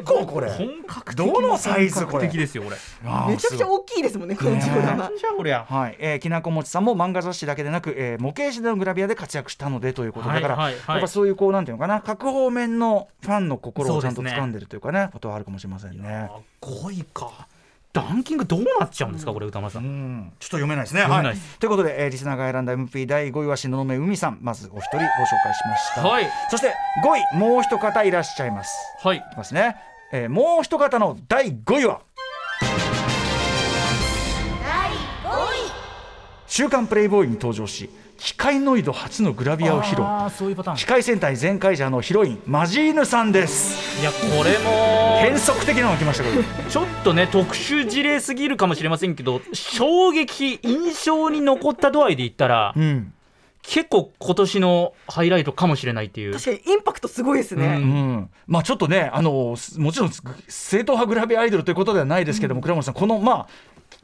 [SPEAKER 2] ここれ
[SPEAKER 3] 本格的
[SPEAKER 2] どのサイズこれ
[SPEAKER 3] 的ですよこれ
[SPEAKER 2] あー
[SPEAKER 4] めちゃくちゃ大きいですもんねこの
[SPEAKER 2] ね
[SPEAKER 4] ジオラマ
[SPEAKER 3] じゃあこりゃ
[SPEAKER 2] はいえー、きなこもちさんも漫画雑誌だけでなく、えー模型誌でのグラビアで活躍したのでということだから、
[SPEAKER 3] はいはいはい
[SPEAKER 2] やっぱそういうこうなんていうのかな各方面のファンの心をちゃんと
[SPEAKER 3] そうですね
[SPEAKER 2] 掴んでるというかねことはあるかもしれませんね。
[SPEAKER 3] 5位かランキングどうなっちゃうんですかこれ歌丸さん
[SPEAKER 2] うんちょっと読めないですね。
[SPEAKER 3] 読めない
[SPEAKER 2] は
[SPEAKER 3] です
[SPEAKER 2] ということで、えーリスナーが選んだ MP 第5位は東雲海さんまずお一人ご紹介しました。
[SPEAKER 3] はい
[SPEAKER 2] そして5位もう一方いらっしゃいます。
[SPEAKER 3] はい
[SPEAKER 2] いきますね、えーもう一方の第5位は週刊プレイボーイに登場し機械ノイド初のグラビアを披露
[SPEAKER 3] ああそういうパターン
[SPEAKER 2] 機械戦隊全開者のヒロインマジーヌさんです
[SPEAKER 3] いやこれも
[SPEAKER 2] 変則的なの来ましたけど
[SPEAKER 3] ちょっとね特殊事例すぎるかもしれませんけど衝撃印象に残った度合いで言ったら
[SPEAKER 2] うん
[SPEAKER 3] 結構今年のハイライトかもしれないっていう
[SPEAKER 4] 確かにインパクトすごいですね、
[SPEAKER 3] うん
[SPEAKER 2] うん、まあちょっとねあのすもちろんす正統派グラビアアイドルということではないですけども、倉本さんこのまあ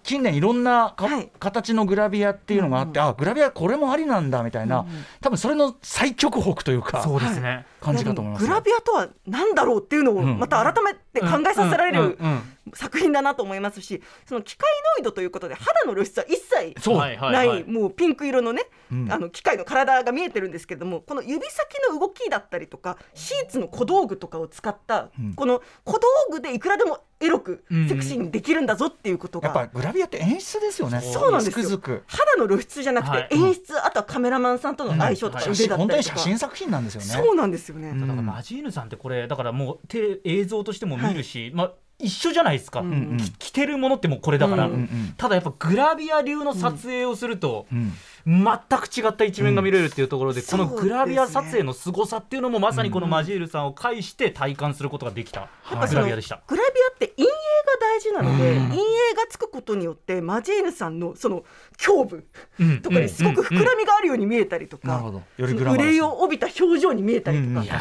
[SPEAKER 2] 近年いろんなか、
[SPEAKER 4] はい
[SPEAKER 2] 形のグラビアっていうのがあって、あグラビアこれもありなんだみたいな、多分それの最極北というか
[SPEAKER 3] そうですね
[SPEAKER 2] 感じかと思います
[SPEAKER 4] グラビアとは何だろうっていうのを
[SPEAKER 2] ん
[SPEAKER 4] また改めて考えさせられる
[SPEAKER 3] うんうんうん
[SPEAKER 4] 作品だなと思いますしその機械ノイドということで肌の露出は一切
[SPEAKER 2] そう
[SPEAKER 3] はいはい
[SPEAKER 4] な
[SPEAKER 3] はい
[SPEAKER 4] いもうピンク色のね、
[SPEAKER 2] うん
[SPEAKER 4] あの機械の体が見えてるんですけどもこの指先の動きだったりとかシーツの小道具とかを使った、
[SPEAKER 2] うん
[SPEAKER 4] この小道具でいくらでもエロく
[SPEAKER 3] うんうん
[SPEAKER 4] セクシーにできるんだぞっていうこと
[SPEAKER 2] や
[SPEAKER 4] が、
[SPEAKER 2] っぱグラビアって演出ですよね
[SPEAKER 4] そうなんですよ
[SPEAKER 2] つくづく
[SPEAKER 4] 肌の露出じゃなく
[SPEAKER 3] はい
[SPEAKER 4] て演出、あとはカメラマンさんとの相性とか
[SPEAKER 3] うん
[SPEAKER 4] 腕だっ
[SPEAKER 2] 本
[SPEAKER 4] た
[SPEAKER 2] 当に
[SPEAKER 4] りと
[SPEAKER 2] 写
[SPEAKER 4] か、
[SPEAKER 2] 真作品なんですよね
[SPEAKER 4] そうなんですよね、
[SPEAKER 2] うん
[SPEAKER 3] だからマジーヌさんってこれだからもうて映像としても見るし、まあ一緒じゃないですか、
[SPEAKER 4] うん
[SPEAKER 2] うん
[SPEAKER 3] き着てるものってもうこれだから、
[SPEAKER 4] うん
[SPEAKER 2] うん
[SPEAKER 3] ただやっぱグラビア流の撮影をすると、
[SPEAKER 2] うん
[SPEAKER 3] 全く違った一面が見れるっていうところで、
[SPEAKER 4] うん
[SPEAKER 3] この
[SPEAKER 4] そうです
[SPEAKER 3] グ
[SPEAKER 4] ね
[SPEAKER 3] ラビア撮影の凄さっていうのもまさにこのマジールさんを介して体感することができた
[SPEAKER 4] やっぱ
[SPEAKER 3] グ
[SPEAKER 4] その
[SPEAKER 3] ラビアでした。
[SPEAKER 4] グラビアって陰影が大事なので、陰影がつくことによってマジーヌさんのその胸部
[SPEAKER 3] うん
[SPEAKER 4] とかにすごく膨らみがあるように見えたりと
[SPEAKER 2] なる
[SPEAKER 4] か、
[SPEAKER 2] ほどよりグラマラス
[SPEAKER 4] 憂いを帯びた表情に見えたりと
[SPEAKER 2] うんう
[SPEAKER 4] か、
[SPEAKER 2] んい
[SPEAKER 4] や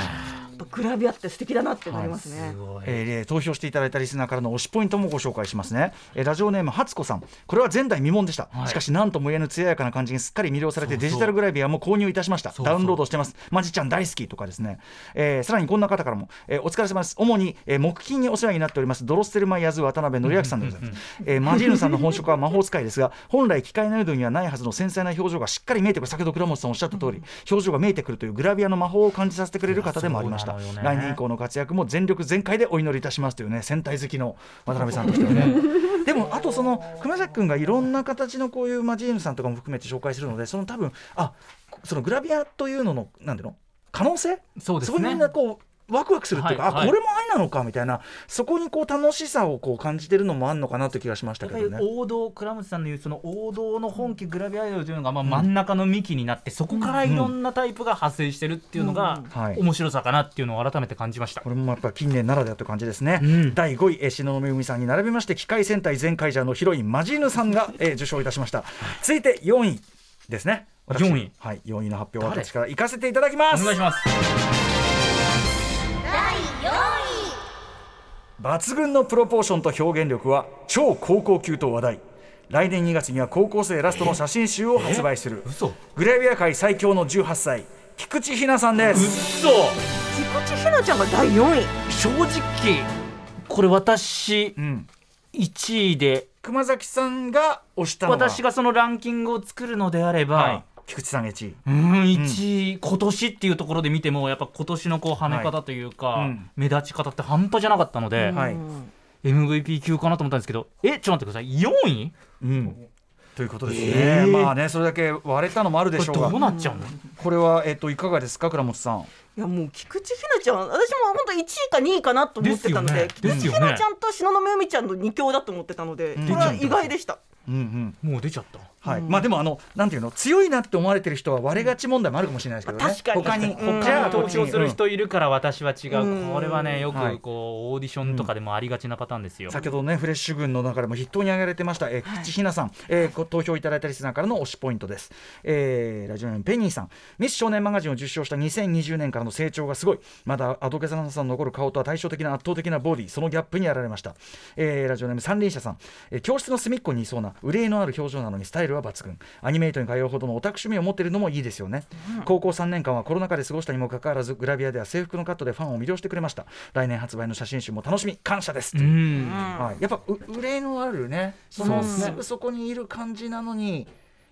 [SPEAKER 2] や
[SPEAKER 4] っぱグラビアって素敵だなってなりますね。
[SPEAKER 3] すごい
[SPEAKER 2] えー投票していただいたリスナーからの推しポイントもご紹介しますね、えーラジオネーム初子さんこれは前代未聞でした、
[SPEAKER 3] はい
[SPEAKER 2] しかし何とも言えぬ艶やかな感じにすっかり魅了されてデジタルグラビアも購入いたしました
[SPEAKER 3] そうそう
[SPEAKER 2] ダウンロードしてますマジちゃん大好きとかですね、えーさらにこんな方からも、えーお疲れ様です主に、えー木金にお世話になっておりますドロッセルマイヤーズ渡辺則明さんでございます、えーマジーヌさんの本職は魔法使いですが 本来機械のようにはないはずの繊細な表情がしっかり見えてくる先ほど倉本さんおっしゃった通り表情が見えてくるというグラビアの魔法を感じさせてくれる方でもありました、
[SPEAKER 3] いやそうなの
[SPEAKER 2] 来
[SPEAKER 3] よね
[SPEAKER 2] 年以降の活躍も全力全開でお祈りいたしますというね戦隊好きの渡辺さんとしては ねでもあとその熊崎君がいろんな形のこういうマジーヌさんとかも含めて紹介するのでその多分あそのグラビアというののなんていうの可能性
[SPEAKER 3] そうですね
[SPEAKER 2] こにみんなこうワクワクするっていうか、
[SPEAKER 3] はいはい
[SPEAKER 2] あこれも愛なのかみたいなそこにこう楽しさをこう感じてるのもあんのかなという気がしました
[SPEAKER 3] やっ
[SPEAKER 2] け
[SPEAKER 3] ぱり
[SPEAKER 2] どね。
[SPEAKER 3] 王道倉持さんの言うその王道の本気グラビアアイドルというのがまあ真ん中の幹になってそこからいろんなタイプが派生してるっていうのが
[SPEAKER 2] うんはい
[SPEAKER 3] 面白さかなっていうのを改めて感じました
[SPEAKER 2] こ。れもやっぱ近年ならではという感じですね、
[SPEAKER 3] うん
[SPEAKER 2] 第5位えー篠宮海さんに並びまして機械戦隊全会者のヒロインマジーヌさんが、えー受賞いたしました続いて4位ですね私
[SPEAKER 3] 四位
[SPEAKER 2] はい4位の発表は
[SPEAKER 3] 誰
[SPEAKER 2] 私から行かせていただきま
[SPEAKER 3] お
[SPEAKER 2] す
[SPEAKER 3] 願いします。
[SPEAKER 2] 抜群のプロポーションと表現力は超高校級と話題来年2月には高校生ラストの写真集を発売する
[SPEAKER 3] 嘘。
[SPEAKER 2] グラビア界最強の18歳菊池ひなさんです
[SPEAKER 3] 嘘。
[SPEAKER 4] 菊池ひなちゃんが第4位。
[SPEAKER 3] 正直これ私
[SPEAKER 2] うん
[SPEAKER 3] 1位で
[SPEAKER 2] 熊崎さんが推したのは
[SPEAKER 3] 私がそのランキングを作るのであれば、
[SPEAKER 2] はい、菊池さんが1位
[SPEAKER 3] うーん1位、今年っていうところで見てもやっぱ今年のこう跳ね方というか、
[SPEAKER 2] はいうん
[SPEAKER 3] 目立ち方って半端じゃなかったので、
[SPEAKER 2] はい
[SPEAKER 4] うん、
[SPEAKER 3] MVP 級かなと思ったんですけどえちょっと待ってください4位
[SPEAKER 2] うん、ということですね、
[SPEAKER 3] えー
[SPEAKER 2] まあねそれだけ割れたのもあるで
[SPEAKER 3] こ
[SPEAKER 2] し
[SPEAKER 3] れ
[SPEAKER 2] ょう
[SPEAKER 3] ど
[SPEAKER 2] が
[SPEAKER 3] うなっちゃうの、
[SPEAKER 2] これは、えっといかがですか倉本さん
[SPEAKER 4] いやもう菊池ひなちゃん私も本当1位か2位かなと思ってたので
[SPEAKER 3] ですよね
[SPEAKER 4] 菊
[SPEAKER 3] で
[SPEAKER 4] 池
[SPEAKER 3] すよね
[SPEAKER 4] ひなちゃんと篠宮海ちゃんの2強だと思ってたので、
[SPEAKER 2] うん
[SPEAKER 4] これは意外でした。
[SPEAKER 2] うんうん
[SPEAKER 3] もう出ちゃった
[SPEAKER 2] はいまあでもあのなんていうの強いなって思われてる人は割れがち問題もあるかもしれないですけどね
[SPEAKER 4] 確かに
[SPEAKER 2] 他に
[SPEAKER 4] うん
[SPEAKER 2] じゃあ
[SPEAKER 4] 他に
[SPEAKER 2] こっ
[SPEAKER 3] 投
[SPEAKER 2] ち
[SPEAKER 3] 票する
[SPEAKER 2] うん
[SPEAKER 3] 人いるから私は違う、
[SPEAKER 4] うん
[SPEAKER 3] これはねよくこう、
[SPEAKER 2] はい
[SPEAKER 3] オーディションとかでもありがちなパターンですよ、
[SPEAKER 2] 先ほどねフレッシュ軍の中でも筆頭に挙げられてました、えー、菊池ひなさん、えーご投票いただいたリスナーからの推しポイントです、えーラジオネームペニーさんミス少年マガジンを受賞した2020年からの成長がすごいまだあどけさんさんの残る顔とは対照的な圧倒的なボディそのギャップにやられました、えーラジオネーム三輪車さん、えー教室の隅っこにいそうな憂いのある表情なのにスタイルは抜群アニメイトに通うほどのオタク趣味を持っているのもいいですよね、高校3年間はコロナ禍で過ごしたにもかかわらずグラビアでは制服のカットでファンを魅了してくれました来年発売の写真集も楽しみ感謝です、
[SPEAKER 3] うん
[SPEAKER 2] はい、やっぱう憂いのあるねそのすぐそこにいる感じなのに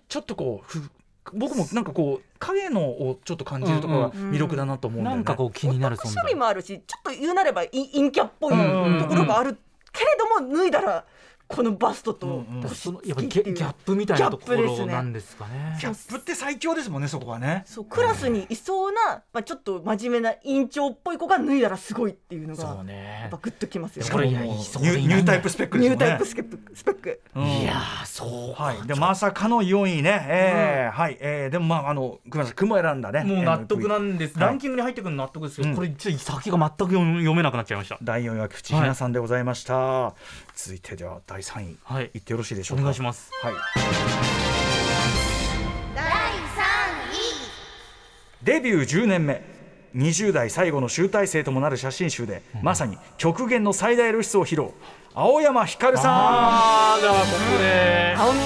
[SPEAKER 2] ちょっとこうふ僕もなんかこう影のをちょっと感じるところが魅力だなと思うんだ
[SPEAKER 3] な
[SPEAKER 2] よね、
[SPEAKER 3] んかこう気になる存
[SPEAKER 4] 趣
[SPEAKER 3] 在
[SPEAKER 4] 味もあるしちょっと言うなればい陰キャっぽいと
[SPEAKER 2] ん
[SPEAKER 4] ころがあるけれども脱いだらこのバストと
[SPEAKER 2] うんうん
[SPEAKER 4] 腰
[SPEAKER 3] その
[SPEAKER 4] つき
[SPEAKER 3] やっ
[SPEAKER 4] っ
[SPEAKER 3] ぱ
[SPEAKER 4] て
[SPEAKER 3] ギ
[SPEAKER 4] い
[SPEAKER 3] ャ
[SPEAKER 4] う
[SPEAKER 3] ギャップみたいなとこ
[SPEAKER 4] ギャップです
[SPEAKER 3] ろ
[SPEAKER 4] ね
[SPEAKER 3] なんですかね
[SPEAKER 6] キャップって最強ですもんねそこはね
[SPEAKER 4] そうクラスにいそうな、まあ、ちょっと真面目な院長っぽい子が脱いだらすごいっていうのが
[SPEAKER 3] そう
[SPEAKER 4] や
[SPEAKER 3] ね
[SPEAKER 4] っぱグッときますよね。
[SPEAKER 3] これいや
[SPEAKER 2] もう
[SPEAKER 3] いそう
[SPEAKER 2] ニ
[SPEAKER 3] でい
[SPEAKER 2] ュ
[SPEAKER 3] ない
[SPEAKER 2] ニ
[SPEAKER 3] んだ
[SPEAKER 2] ュータイプスペックです
[SPEAKER 4] ニュ
[SPEAKER 2] も
[SPEAKER 4] ー
[SPEAKER 2] んね
[SPEAKER 4] タイプスケップスペック。
[SPEAKER 2] うん
[SPEAKER 3] いやーそうか
[SPEAKER 2] はい、でまさかの4位ね、えーはいえーでもまああの熊崎君も選んだね
[SPEAKER 3] もう納得な
[SPEAKER 2] MVP
[SPEAKER 3] んです、
[SPEAKER 2] はい
[SPEAKER 3] ランキングに入ってくるの納得ですけど、
[SPEAKER 2] うん
[SPEAKER 3] これちょっと先が全く読読めなくなっちゃいました
[SPEAKER 2] 第4位は菊池ひなさんでございました、続いてでは第3位、
[SPEAKER 3] はい
[SPEAKER 2] いってよろしいでしょ
[SPEAKER 3] お
[SPEAKER 2] うか
[SPEAKER 3] 願いします
[SPEAKER 2] はい。第3位。デビュー10年目。20代最後の集大成ともなる写真集で、まさに極限の最大露出を披露青山ひかるさ
[SPEAKER 3] あーじゃあここで
[SPEAKER 4] 青み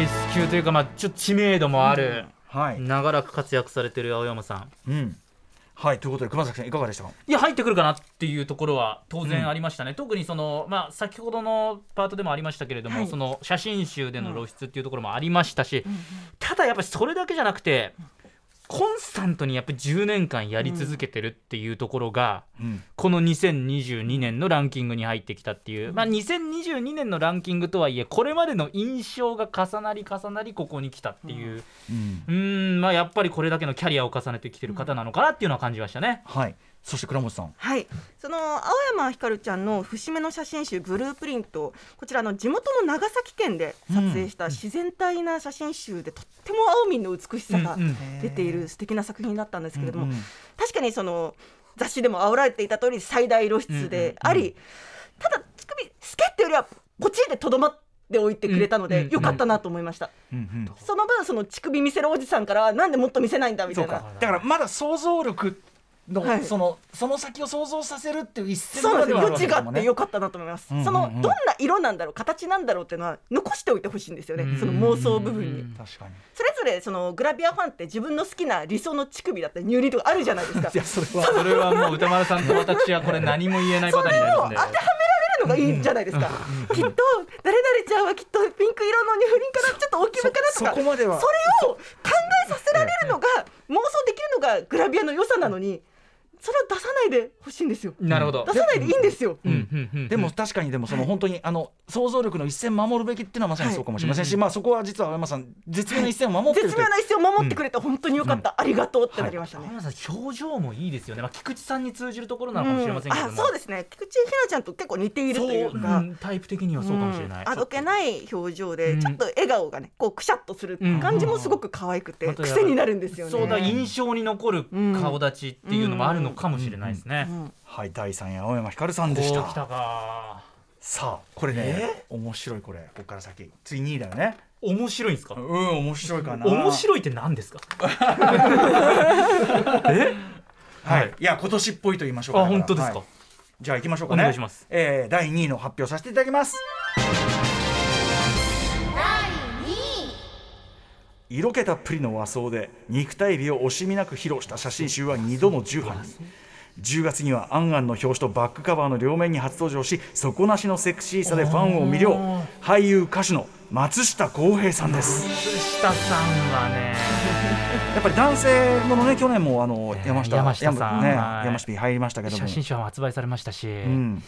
[SPEAKER 3] エース級というかまあちょっと知名度もあ
[SPEAKER 2] ん
[SPEAKER 3] る、
[SPEAKER 2] はい、
[SPEAKER 3] 長らく活躍されてる青山さん
[SPEAKER 2] うん、はいということで熊崎さんいかがでしたか
[SPEAKER 3] いや入ってくるかなっていうところは当然ありましたね、特にその、まあ、先ほどのパートでもありましたけれども、
[SPEAKER 4] はい
[SPEAKER 3] その写真集での露出っていうところもありましたし、ただやっぱりそれだけじゃなくてコンスタントにやっぱり10年間やり続けてるっていうところが、
[SPEAKER 2] うん
[SPEAKER 3] この2022年のランキングに入ってきたっていう、まあ、2022年のランキングとはいえこれまでの印象が重なり重なりここに来たっていう、
[SPEAKER 2] うん
[SPEAKER 3] うーんまあ、やっぱりこれだけのキャリアを重ねてきてる方なのかなっていうのは感じましたね。
[SPEAKER 2] はいそして倉本さん
[SPEAKER 4] はい、その青山ひかるちゃんの節目の写真集「ブループリント」こちらあの地元の長崎県で撮影した自然体な写真集でとっても青みの美しさが
[SPEAKER 3] うんうん
[SPEAKER 4] 出ている素敵な作品だったんですけれども、
[SPEAKER 2] うんうん
[SPEAKER 4] 確かにその雑誌でも煽られていた通り最大露出であり、ただ乳首スケっていうよりはポチでとどまっておいてくれたの
[SPEAKER 3] うんうん
[SPEAKER 4] で
[SPEAKER 3] うん
[SPEAKER 4] よかったなと思いました、
[SPEAKER 2] うんうん
[SPEAKER 4] その分その乳首見せるおじさんからなんでもっと見せないんだみた
[SPEAKER 2] そ
[SPEAKER 4] いうな
[SPEAKER 2] かだからまだ想像力の、
[SPEAKER 4] はい
[SPEAKER 2] そのその先を想像させるっていう一線
[SPEAKER 4] そうなん
[SPEAKER 2] で
[SPEAKER 4] ですよ
[SPEAKER 2] はある
[SPEAKER 4] 余
[SPEAKER 2] わけで
[SPEAKER 4] 地があ
[SPEAKER 2] すも
[SPEAKER 4] っ
[SPEAKER 2] ん
[SPEAKER 4] て
[SPEAKER 2] ね
[SPEAKER 4] よかったなと思います、
[SPEAKER 2] うんうんうん
[SPEAKER 4] そのどんな色なんだろう形なんだろうっていうのは残しておいてほしいんですよね、
[SPEAKER 3] うん
[SPEAKER 4] その妄想部分に、
[SPEAKER 3] うん
[SPEAKER 2] 確かに
[SPEAKER 4] それぞれそのグラビアファンって自分の好きな理想の乳首だったり乳輪とかあるじゃない ですかそれ
[SPEAKER 2] それは
[SPEAKER 3] それはもう歌丸さんと私はこれ何も言えないことになり
[SPEAKER 4] を
[SPEAKER 3] ます
[SPEAKER 4] 当て
[SPEAKER 3] ね
[SPEAKER 4] はめられるのがいいんじゃないですかきっと誰々ちゃんはきっとピンク色の乳輪かなちょっと大きめか
[SPEAKER 2] そ
[SPEAKER 4] な
[SPEAKER 2] こと
[SPEAKER 4] か
[SPEAKER 2] までは
[SPEAKER 4] それを考えさせられるのが妄想できるのがグラビアの良さなのにそれを出さないでほしいんですよ出
[SPEAKER 3] なるほど、
[SPEAKER 4] さないでいいんですよ、
[SPEAKER 3] うんうんう ん
[SPEAKER 2] でも確かにでもその本当にあの想像力の一線守るべきっていうのはまさにそうかもしれませんし、
[SPEAKER 3] はい
[SPEAKER 2] まあそこは実は青山さん絶妙な一線を守ってる
[SPEAKER 4] 絶
[SPEAKER 2] という
[SPEAKER 4] 妙な一線を守ってくれて本当に良かった、ありがとうってなりましたね、
[SPEAKER 3] 浜田さん表情もいいですよね、まあ、菊池さんに通じるところなの
[SPEAKER 4] う
[SPEAKER 3] か
[SPEAKER 4] ん
[SPEAKER 3] もしれませんけども、
[SPEAKER 4] あそうですね菊池ひなちゃんと結構似ているという
[SPEAKER 3] そう
[SPEAKER 4] か
[SPEAKER 3] うんタイプ的にはそうかもしれない、
[SPEAKER 4] うんあどけない表情で、
[SPEAKER 3] うん
[SPEAKER 4] ちょっと笑顔がねこうくしゃっとする感じもすごく可愛くて、
[SPEAKER 3] うん
[SPEAKER 4] 癖になるんですよね。
[SPEAKER 3] そうだ
[SPEAKER 4] うん
[SPEAKER 3] 印象に残る顔立ちっていうのもあるのかもしれないですね、
[SPEAKER 2] はい第3位青山ひかるさんでし
[SPEAKER 3] こ
[SPEAKER 2] た
[SPEAKER 3] うきたか
[SPEAKER 2] さあこれね、面白いこれここから先次2位だよね
[SPEAKER 3] 面白いんですか
[SPEAKER 2] うん面白いかな
[SPEAKER 3] 面白いって何ですか
[SPEAKER 2] はい、
[SPEAKER 3] はいい、
[SPEAKER 2] や今年っぽいと言いましょうだ
[SPEAKER 3] あ
[SPEAKER 2] ら
[SPEAKER 3] 本当ですか、
[SPEAKER 2] はいじゃあ行きましょうかね
[SPEAKER 3] お願いします
[SPEAKER 2] えー第2位の発表させていただきます色気たっぷりの和装で肉体美を惜しみなく披露した写真集は2度の重版に10月には「アンアン」の表紙とバックカバーの両面に初登場し底なしのセクシーさでファンを魅了俳優歌手の松下洸平さんです
[SPEAKER 3] 松下さんはね
[SPEAKER 2] やっぱり男性ものね去年もあの
[SPEAKER 3] ね
[SPEAKER 2] 山下
[SPEAKER 3] 山下さん
[SPEAKER 2] ね
[SPEAKER 3] はい
[SPEAKER 2] 山下に入りましたけども
[SPEAKER 3] 写真集も発売されましたし、
[SPEAKER 2] うん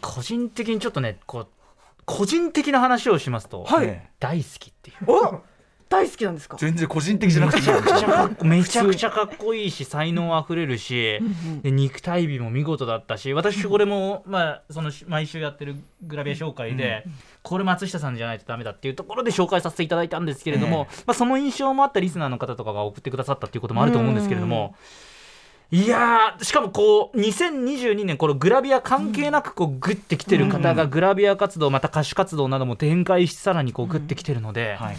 [SPEAKER 3] 個人的にちょっとねこう個人的な話をしますと、
[SPEAKER 2] はい
[SPEAKER 3] ね大好きっていう
[SPEAKER 4] お大好きなんですか。
[SPEAKER 2] 全然個人的じゃなくていいよ
[SPEAKER 3] めちゃくちゃかっこめちゃくちゃかっこいいし才能あふれるしで肉体美も見事だったし私これも、まあ、その毎週やってるグラビア紹介で、これ松下さんじゃないとダメだっていうところで紹介させていただいたんですけれども、まあ、その印象もあったリスナーの方とかが送ってくださったっていうこともあると思うんですけれども。いやーしかもこう2022年このグラビア関係なくこうグッてきてる方がグラビア活動また歌手活動なども展開しさらにこうグッてきてるので、
[SPEAKER 2] はい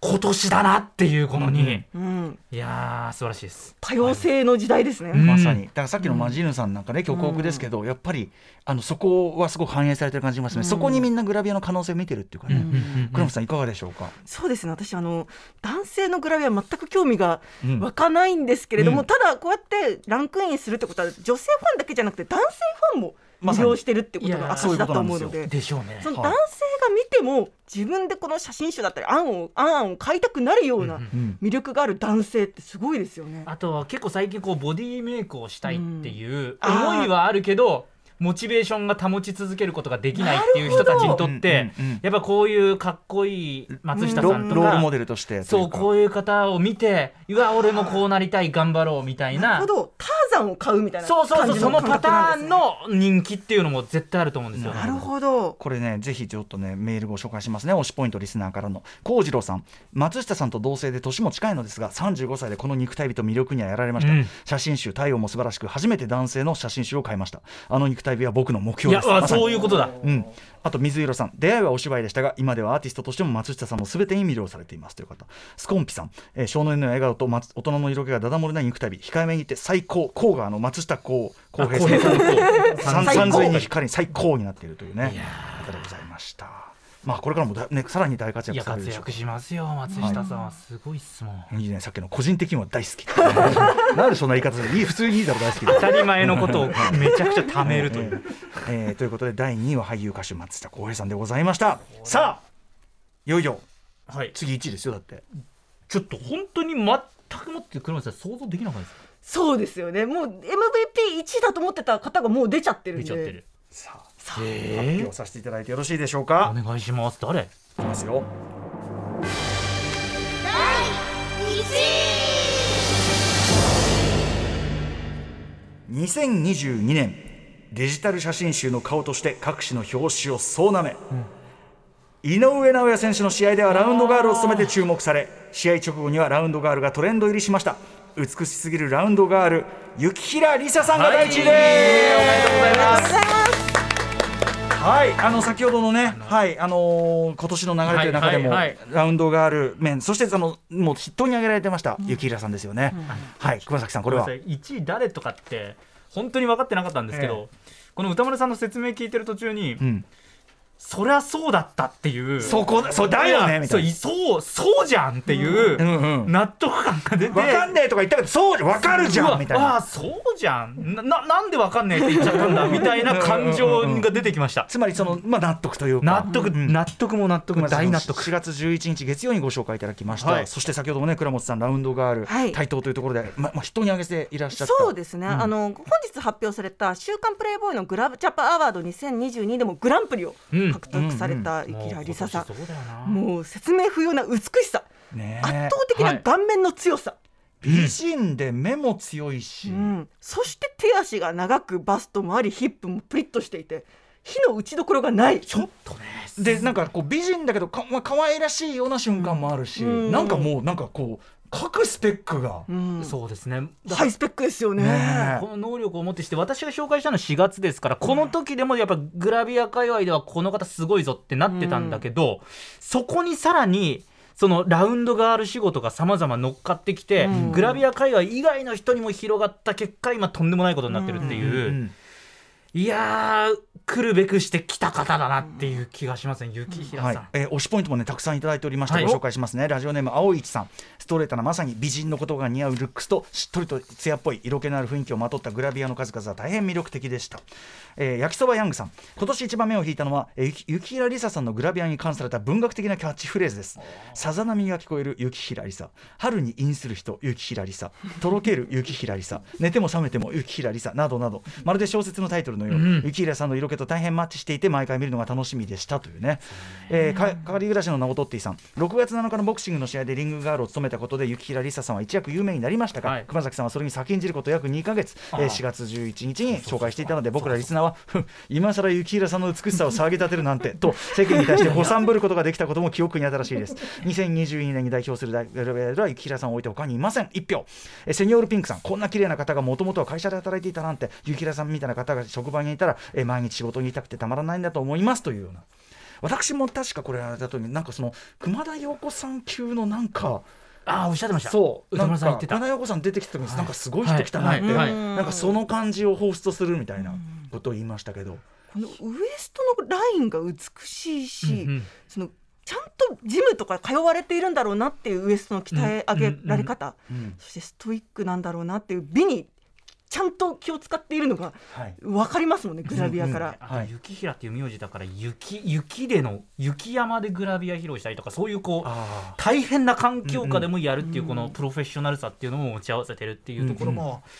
[SPEAKER 3] 今年だなっていうこの2年、
[SPEAKER 4] うん、
[SPEAKER 3] いやー素晴らしいです。
[SPEAKER 4] 多様性の時代ですね。
[SPEAKER 3] うん
[SPEAKER 2] まさにだからさっきのマジーヌさんなんかね曲奥ですけどやっぱりあのそこはすごく反映されてる感じしますねそこにみんなグラビアの可能性を見てるっていうかね倉本さんいかがでしょうか
[SPEAKER 4] そうですね。私あの男性のグラビア全く興味が
[SPEAKER 2] うん
[SPEAKER 4] 湧かないんですけれども、
[SPEAKER 2] うん
[SPEAKER 4] ただこうやってランクインするってことは女性ファンだけじゃなくて男性ファンも
[SPEAKER 2] まさ
[SPEAKER 4] 魅
[SPEAKER 2] に
[SPEAKER 4] 了してるってこと
[SPEAKER 3] いやー
[SPEAKER 4] が
[SPEAKER 2] そうい
[SPEAKER 4] 私
[SPEAKER 2] うこと
[SPEAKER 4] だ
[SPEAKER 2] な
[SPEAKER 4] と
[SPEAKER 2] んで
[SPEAKER 4] 思う
[SPEAKER 2] すよ
[SPEAKER 4] ので。
[SPEAKER 3] でしょうね
[SPEAKER 4] そ。の
[SPEAKER 2] はい
[SPEAKER 4] 男性が見ても自分でこの写真集だったり案を案を買いたくなるような
[SPEAKER 2] うん
[SPEAKER 4] 魅力がある男性ってすごいですよね。
[SPEAKER 3] あとは結構最近こうボディメイクをしたいっていう
[SPEAKER 4] うん
[SPEAKER 3] 思いはあるけど、モチベーションが保ち続けることができないっていう人たちにとって
[SPEAKER 2] うんうんうん、
[SPEAKER 3] やっぱこういうかっこいい松下
[SPEAKER 2] ロ
[SPEAKER 3] さんと
[SPEAKER 2] ロールモ
[SPEAKER 3] か、
[SPEAKER 2] デルとしてとい
[SPEAKER 3] そう
[SPEAKER 2] か
[SPEAKER 3] こういう方を見て、うわ俺もこうなりたい頑張ろうみたい
[SPEAKER 4] な
[SPEAKER 3] な
[SPEAKER 4] る。ほどターザンを買うみたいな
[SPEAKER 3] そうそう
[SPEAKER 4] 感
[SPEAKER 3] そう
[SPEAKER 4] じ
[SPEAKER 3] そ
[SPEAKER 4] の
[SPEAKER 3] のパ
[SPEAKER 4] 感覚
[SPEAKER 3] タ
[SPEAKER 4] な
[SPEAKER 3] ー
[SPEAKER 4] んですね
[SPEAKER 3] ンの人気っていうのも絶対あると思うんですよ。
[SPEAKER 4] なるほど
[SPEAKER 2] これねぜひちょっとねメールご紹介しますね推しポイントリスナーからの幸次郎さん松下さんと同姓で年も近いのですが35歳でこの肉体美と魅力にはやられました、
[SPEAKER 3] うん
[SPEAKER 2] 写真集「太陽も素晴らしく」初めて男性の写真集を買いましたあの肉体美は僕の目
[SPEAKER 3] い
[SPEAKER 2] 標
[SPEAKER 3] や
[SPEAKER 2] です
[SPEAKER 3] あ
[SPEAKER 2] まさに
[SPEAKER 3] そういうことだ。
[SPEAKER 2] うん、あと水色さん出会いはお芝居でしたが今ではアーティストとしても松下さんも全てに魅了されていますという方スコンピさん、えー少年の笑顔と松大人の色気がだだ漏れない肉体美控えめにいて最高甲賀の松下幸幸平さん
[SPEAKER 3] あこういうこと
[SPEAKER 2] 三
[SPEAKER 4] 最高
[SPEAKER 2] 三髄に光り最高になっているというね方でございました。まあこれからもだ、ね、さらに大活
[SPEAKER 3] い
[SPEAKER 2] 躍
[SPEAKER 3] や
[SPEAKER 2] される
[SPEAKER 3] 活
[SPEAKER 2] でしょう
[SPEAKER 3] 躍しますよ松下さんはすごいっすもん、
[SPEAKER 2] いいねさっきの個人的には大好き なんでそんな言い方するいい普通にいいだろ大好き
[SPEAKER 3] 当たり前のことをめちゃくちゃ貯めるという
[SPEAKER 2] えーえーということで第2位は俳優歌手松下洸平さんでございましたさあいよいよ
[SPEAKER 3] はい
[SPEAKER 2] 次1位ですよだって
[SPEAKER 3] ちょっと本当に全くもって車さん想像できなかったです
[SPEAKER 4] そうですよねもう MVP1 だと思ってた方がもう出ちゃってる
[SPEAKER 3] 出
[SPEAKER 4] んで
[SPEAKER 3] ちゃってる
[SPEAKER 2] さあ
[SPEAKER 4] さあ
[SPEAKER 2] 発
[SPEAKER 3] え
[SPEAKER 2] 表させていただいてよろしいでしょう
[SPEAKER 3] お
[SPEAKER 2] か
[SPEAKER 3] 願いします誰
[SPEAKER 2] いきますよ第1位2022年デジタル写真集の顔として各紙の表紙を総なめ、井上尚弥選手の試合ではラウンドガールを務めて注目され試合直後にはラウンドガールがトレンド入りしました美しすぎるラウンドガール雪平梨沙さんが第1位です、はい、あの先ほどのね、はい、あのー今年の流れという中でも、
[SPEAKER 3] はいはい
[SPEAKER 2] ラウンドガール面、そしてそのもう筆頭に挙げられてました、雪平さんですよね。はい、熊崎さん、これは。
[SPEAKER 3] 1位誰とかって本当に分かってなかったんですけど、この歌丸さんの説明聞いてる途中に、
[SPEAKER 2] うん、
[SPEAKER 3] そりゃそうだったっていう
[SPEAKER 2] そこだ、そうだよ
[SPEAKER 3] い
[SPEAKER 2] ね
[SPEAKER 3] や
[SPEAKER 2] みたいな。
[SPEAKER 3] そうそうそうじゃんっていう
[SPEAKER 2] うんうん
[SPEAKER 3] 納得感が出て、
[SPEAKER 2] わかんねえとか言ったけど、そう、わかるじ
[SPEAKER 3] う
[SPEAKER 2] ゃ
[SPEAKER 3] わ
[SPEAKER 2] んみたい
[SPEAKER 3] あ
[SPEAKER 2] な。
[SPEAKER 3] あそうじゃんなななんでわかんねえって言っちゃったんだみたいな感情が出てきました
[SPEAKER 2] つまり、その、まあ、納得というか。
[SPEAKER 3] 納得、
[SPEAKER 2] うん
[SPEAKER 3] 納得も納得も大納得
[SPEAKER 2] 4月11日月曜にご紹介いただきました、
[SPEAKER 3] はい
[SPEAKER 2] そして先ほどもね倉本さんラウンドガール、
[SPEAKER 4] はい
[SPEAKER 2] 対等というところで、ままあ、人に挙げていらっしゃった
[SPEAKER 4] そうですね、あの本日発表された「週刊プレイボーイ」のグラブチャパアワード2022でもグランプリを
[SPEAKER 3] うん
[SPEAKER 4] 獲得された生
[SPEAKER 3] もう
[SPEAKER 4] きら
[SPEAKER 3] 今
[SPEAKER 4] り
[SPEAKER 3] 年
[SPEAKER 4] ささ
[SPEAKER 3] そうだよな
[SPEAKER 4] もう説明不要な美しさ、
[SPEAKER 2] ね
[SPEAKER 4] 圧倒的な顔面の強さ、
[SPEAKER 2] 美人で目も強いし、
[SPEAKER 4] うん、そして手足が長くバストもありヒップもプリッとしていて火の打ちどころがない
[SPEAKER 2] ちょっとねでなんかこう美人だけどか、まあ、可愛らしいような瞬間もあるし、
[SPEAKER 4] うん
[SPEAKER 2] なんかもうなんかこう各スペックが、
[SPEAKER 4] うん、
[SPEAKER 3] そうですね
[SPEAKER 4] ハイスペックですよね
[SPEAKER 2] ね
[SPEAKER 3] この能力をもってして私が紹介したのは4月ですからこの時でもやっぱグラビア界隈ではこの方すごいぞってなってたんだけど、そこにさらにそのラウンドガール仕事がさまざま乗っかってきて、
[SPEAKER 4] うん
[SPEAKER 3] グラビア界隈以外の人にも広がった結果今とんでもないことになってるっていう、
[SPEAKER 2] うん
[SPEAKER 3] いやー来るべくしてきた方だなっていう気がしますね雪平さ
[SPEAKER 2] は
[SPEAKER 3] ん、
[SPEAKER 2] いえー推しポイントもねたくさんいただいておりまして、
[SPEAKER 3] はい
[SPEAKER 2] ご紹介しますねラジオネーム青いちさんストレートなまさに美人のことが似合うルックスとしっとりと艶っぽい色気のある雰囲気をまとったグラビアの数々は大変魅力的でした、えー焼きそばヤングさん今年一番目を引いたのは、えーゆき雪平梨沙さんのグラビアに関された文学的なキャッチフレーズですさざ波が聞こえる雪平梨沙春に飲する人雪平梨沙とろける雪平梨沙寝ても覚めても雪平梨沙などなどまるで小説のタイトルのように、雪平さんの色気と大変マッチしていて毎回見るのが楽しみでしたというねえー、かかわり暮らしのナオトッティさん6月7日のボクシングの試合でリングガールを務めたことで雪平梨沙さんは一躍有名になりましたが、
[SPEAKER 3] はい
[SPEAKER 2] 熊崎さんはそれに先んじること約2か月、えー4月11日に紹介していたので僕らリスナーはふん今更雪平さんの美しさを騒ぎ立てるなんてと世間に対して誤算ぶることができたことも記憶に新しいです2022年に代表する大グラビアアイドルは雪平さんを置いて他にいません1票、えーセニョールピンクさんこんな綺麗な方がもともとは会社で働いていたなんて雪平さんみたいな方が職場にいたら、えー毎日仕事にいたくてたまらないんだと思いますというような。私も確かこれあれだとなんかその熊田曜子さん級のなんか
[SPEAKER 3] ああおっしゃってました
[SPEAKER 2] そう
[SPEAKER 3] 歌
[SPEAKER 2] なんか
[SPEAKER 3] 丸さん言って
[SPEAKER 2] 熊
[SPEAKER 3] た
[SPEAKER 2] 田曜子さん出てきた時になんかすごい人来たなって
[SPEAKER 3] はいはいはい
[SPEAKER 2] なんかその感じを放出するみたいなことを言いましたけど
[SPEAKER 4] このウエストのラインが美しいし、
[SPEAKER 3] うんうん
[SPEAKER 4] そのちゃんとジムとか通われているんだろうなっていうウエストの鍛え上げられ方、そしてストイックなんだろうなっていう美にちゃんと気を使っているのが
[SPEAKER 2] はい
[SPEAKER 4] 分かりますもんねグラビアから。
[SPEAKER 3] あと雪平っていう名字だから雪雪での雪山でグラビア披露したりとかそういうこう
[SPEAKER 2] あ
[SPEAKER 3] 大変な環境下でもやるっていうこのプロフェッショナルさっていうのも持ち合わせてるっていうところも、うん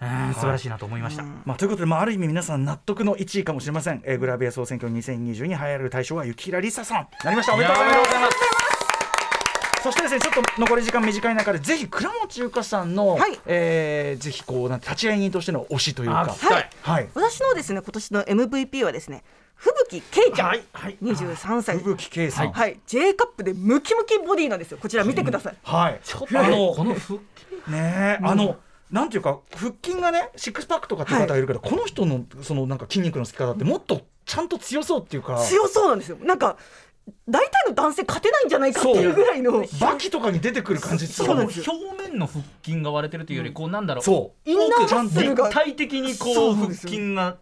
[SPEAKER 3] 素晴らしいなと思いました、
[SPEAKER 2] まあ、ということで、まあ、ある意味皆さん納得の1位かもしれません、えーグラビア総選挙2020に流行る大賞は雪平梨沙さんなりましたおめでとうございますそしてですねちょっと残り時間短い中でぜひ倉持ゆかさんの、
[SPEAKER 4] はい
[SPEAKER 2] えーぜひこうなんて立ち会い人としての推しという
[SPEAKER 3] あ
[SPEAKER 2] か
[SPEAKER 3] 聞きたい
[SPEAKER 2] はい
[SPEAKER 4] 私のですね今年の MVP はですね吹雪ケイちゃん、
[SPEAKER 3] はいはい
[SPEAKER 4] 23歳
[SPEAKER 2] 吹雪圭さん、
[SPEAKER 4] はい、J カップでムキムキボディなんですよこちら見てください
[SPEAKER 2] はい。
[SPEAKER 3] ちょっとあのこの復
[SPEAKER 2] ねえ、あの。なんていうか腹筋がねシックスパックとかって方がいるけど、この人のそのなんか筋肉のつき方ってもっとちゃんと強そうっていうか
[SPEAKER 4] 強そうなんですよなんか大体の男性勝てないんじゃないかっていうぐらいの
[SPEAKER 2] バキとかに出てくる感じってい
[SPEAKER 4] そうなんです
[SPEAKER 3] 表面の腹筋が割れてるというよりこうなんだろう
[SPEAKER 2] そう
[SPEAKER 4] インナーマッスル
[SPEAKER 3] 立
[SPEAKER 4] が
[SPEAKER 3] 体的にこ
[SPEAKER 4] そ
[SPEAKER 3] う
[SPEAKER 4] うなん
[SPEAKER 3] 腹
[SPEAKER 4] ですよ
[SPEAKER 3] 筋が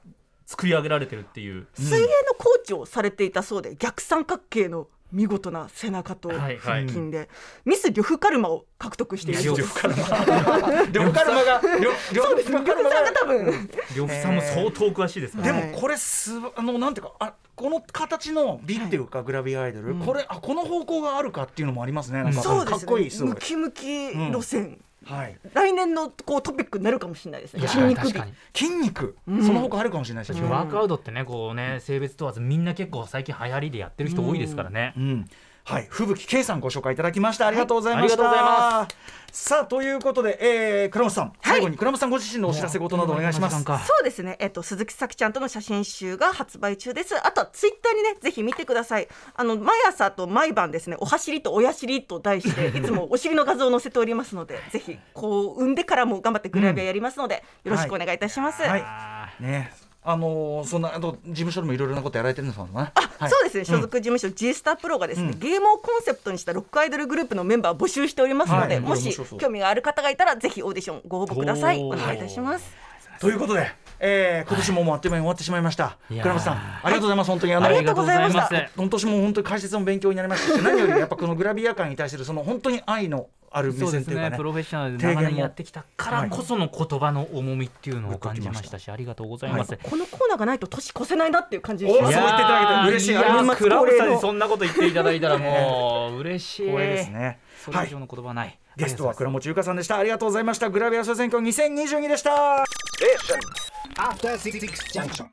[SPEAKER 3] 作り上げられてるっていう。
[SPEAKER 4] 水泳のコーチをされていたそうで逆三角形の見事な背中と
[SPEAKER 3] はいは
[SPEAKER 4] 腹
[SPEAKER 3] い
[SPEAKER 4] 筋でミス・リョフカルマを獲得しているそうです。
[SPEAKER 7] でもカルマが両両
[SPEAKER 4] そうですね。角さんが多分
[SPEAKER 3] 呂布さんも相当詳しいですから
[SPEAKER 2] で
[SPEAKER 4] はい
[SPEAKER 2] もこれすばあのなんていうかあこの形の美っていうかグラビアアイドル、これあこの方向があるかっていうのもありますねなんか
[SPEAKER 4] そうです
[SPEAKER 2] か
[SPEAKER 4] ね。
[SPEAKER 2] っこいいすごい
[SPEAKER 4] ム、キムキ路線。
[SPEAKER 2] はい、
[SPEAKER 4] 来年のこうトピックになるかもしれないですね。
[SPEAKER 3] い
[SPEAKER 4] 筋
[SPEAKER 3] や
[SPEAKER 4] 肉
[SPEAKER 3] 確
[SPEAKER 4] 美
[SPEAKER 3] か。に
[SPEAKER 2] 筋肉、
[SPEAKER 4] ん
[SPEAKER 2] その方向あるかもしれないですね
[SPEAKER 3] ワークアウトってねこうね性別問わずみんな結構最近流行りでやってる人多いですからね
[SPEAKER 2] う。んはい、吹雪圭さんご紹介いただきましたありがとうございました、
[SPEAKER 3] はいありがとうござい
[SPEAKER 2] さあということで、えー、倉本さん、最後に倉本さんご自身のお知らせ事などお願いします
[SPEAKER 3] もうこんな時間か
[SPEAKER 4] そうですね、えっと、鈴木咲ちゃんとの写真集が発売中です。あとはツイッターにね、ぜひ見てください。あの、毎朝と毎晩ですね、お走りとおやしりと 題して、いつもお尻の画像を載せておりますので、ぜひ、こう、産んでからも頑張ってグラビアやりますので、よろしくお願いいたします。
[SPEAKER 2] はい
[SPEAKER 3] あ
[SPEAKER 2] ねあのーそんなあと事務所でもいろいろなことやられてるんですもんねあ、はい
[SPEAKER 4] そうですね所属事務所 G スタープロがですね、ゲームをコンセプトにしたロックアイドルグループのメンバーを募集しておりますので、
[SPEAKER 2] はい
[SPEAKER 4] もし
[SPEAKER 2] 面白そう
[SPEAKER 4] 興味がある方がいたらぜひオーディションご応募ください
[SPEAKER 3] お
[SPEAKER 4] お
[SPEAKER 3] ー
[SPEAKER 4] 願いいたします
[SPEAKER 2] ということで、えー、今年ももうあっという間に終わってしまいました
[SPEAKER 3] いやー
[SPEAKER 2] 倉本さんありがとうございます、本当にあ
[SPEAKER 3] ー
[SPEAKER 2] の
[SPEAKER 4] ありがとうございました
[SPEAKER 3] ありがとう
[SPEAKER 2] 今年も本当に解説も勉強になりましたし何よりやっぱこのグラビア界に対するその本当に愛のある目
[SPEAKER 3] ございますそ
[SPEAKER 2] 線とい
[SPEAKER 3] うです
[SPEAKER 2] うか
[SPEAKER 3] ね
[SPEAKER 2] ね
[SPEAKER 3] プロフェッショナルで
[SPEAKER 2] 提言も
[SPEAKER 3] 長年やってきたからこその言葉の重みっていうのを感じましたしありがとうございます。
[SPEAKER 4] このコーナーがないと年越せないなっていう感じで
[SPEAKER 2] お
[SPEAKER 4] し
[SPEAKER 2] ー
[SPEAKER 4] ま
[SPEAKER 3] い
[SPEAKER 4] す
[SPEAKER 3] や
[SPEAKER 2] そう
[SPEAKER 3] ー
[SPEAKER 2] 言っていただけて嬉しい
[SPEAKER 3] や
[SPEAKER 2] あ
[SPEAKER 3] ー
[SPEAKER 2] り
[SPEAKER 4] がとう
[SPEAKER 3] ク
[SPEAKER 4] ござい
[SPEAKER 3] ラ
[SPEAKER 4] ます
[SPEAKER 3] ブさんにそんなこと言っていただいた らもう嬉しい。
[SPEAKER 2] 光栄ですね
[SPEAKER 3] それ以上の言葉ない。
[SPEAKER 2] ゲストは倉本優香さんでしたありがとうございましたグラビア総選挙2022でした
[SPEAKER 8] After Six Junction.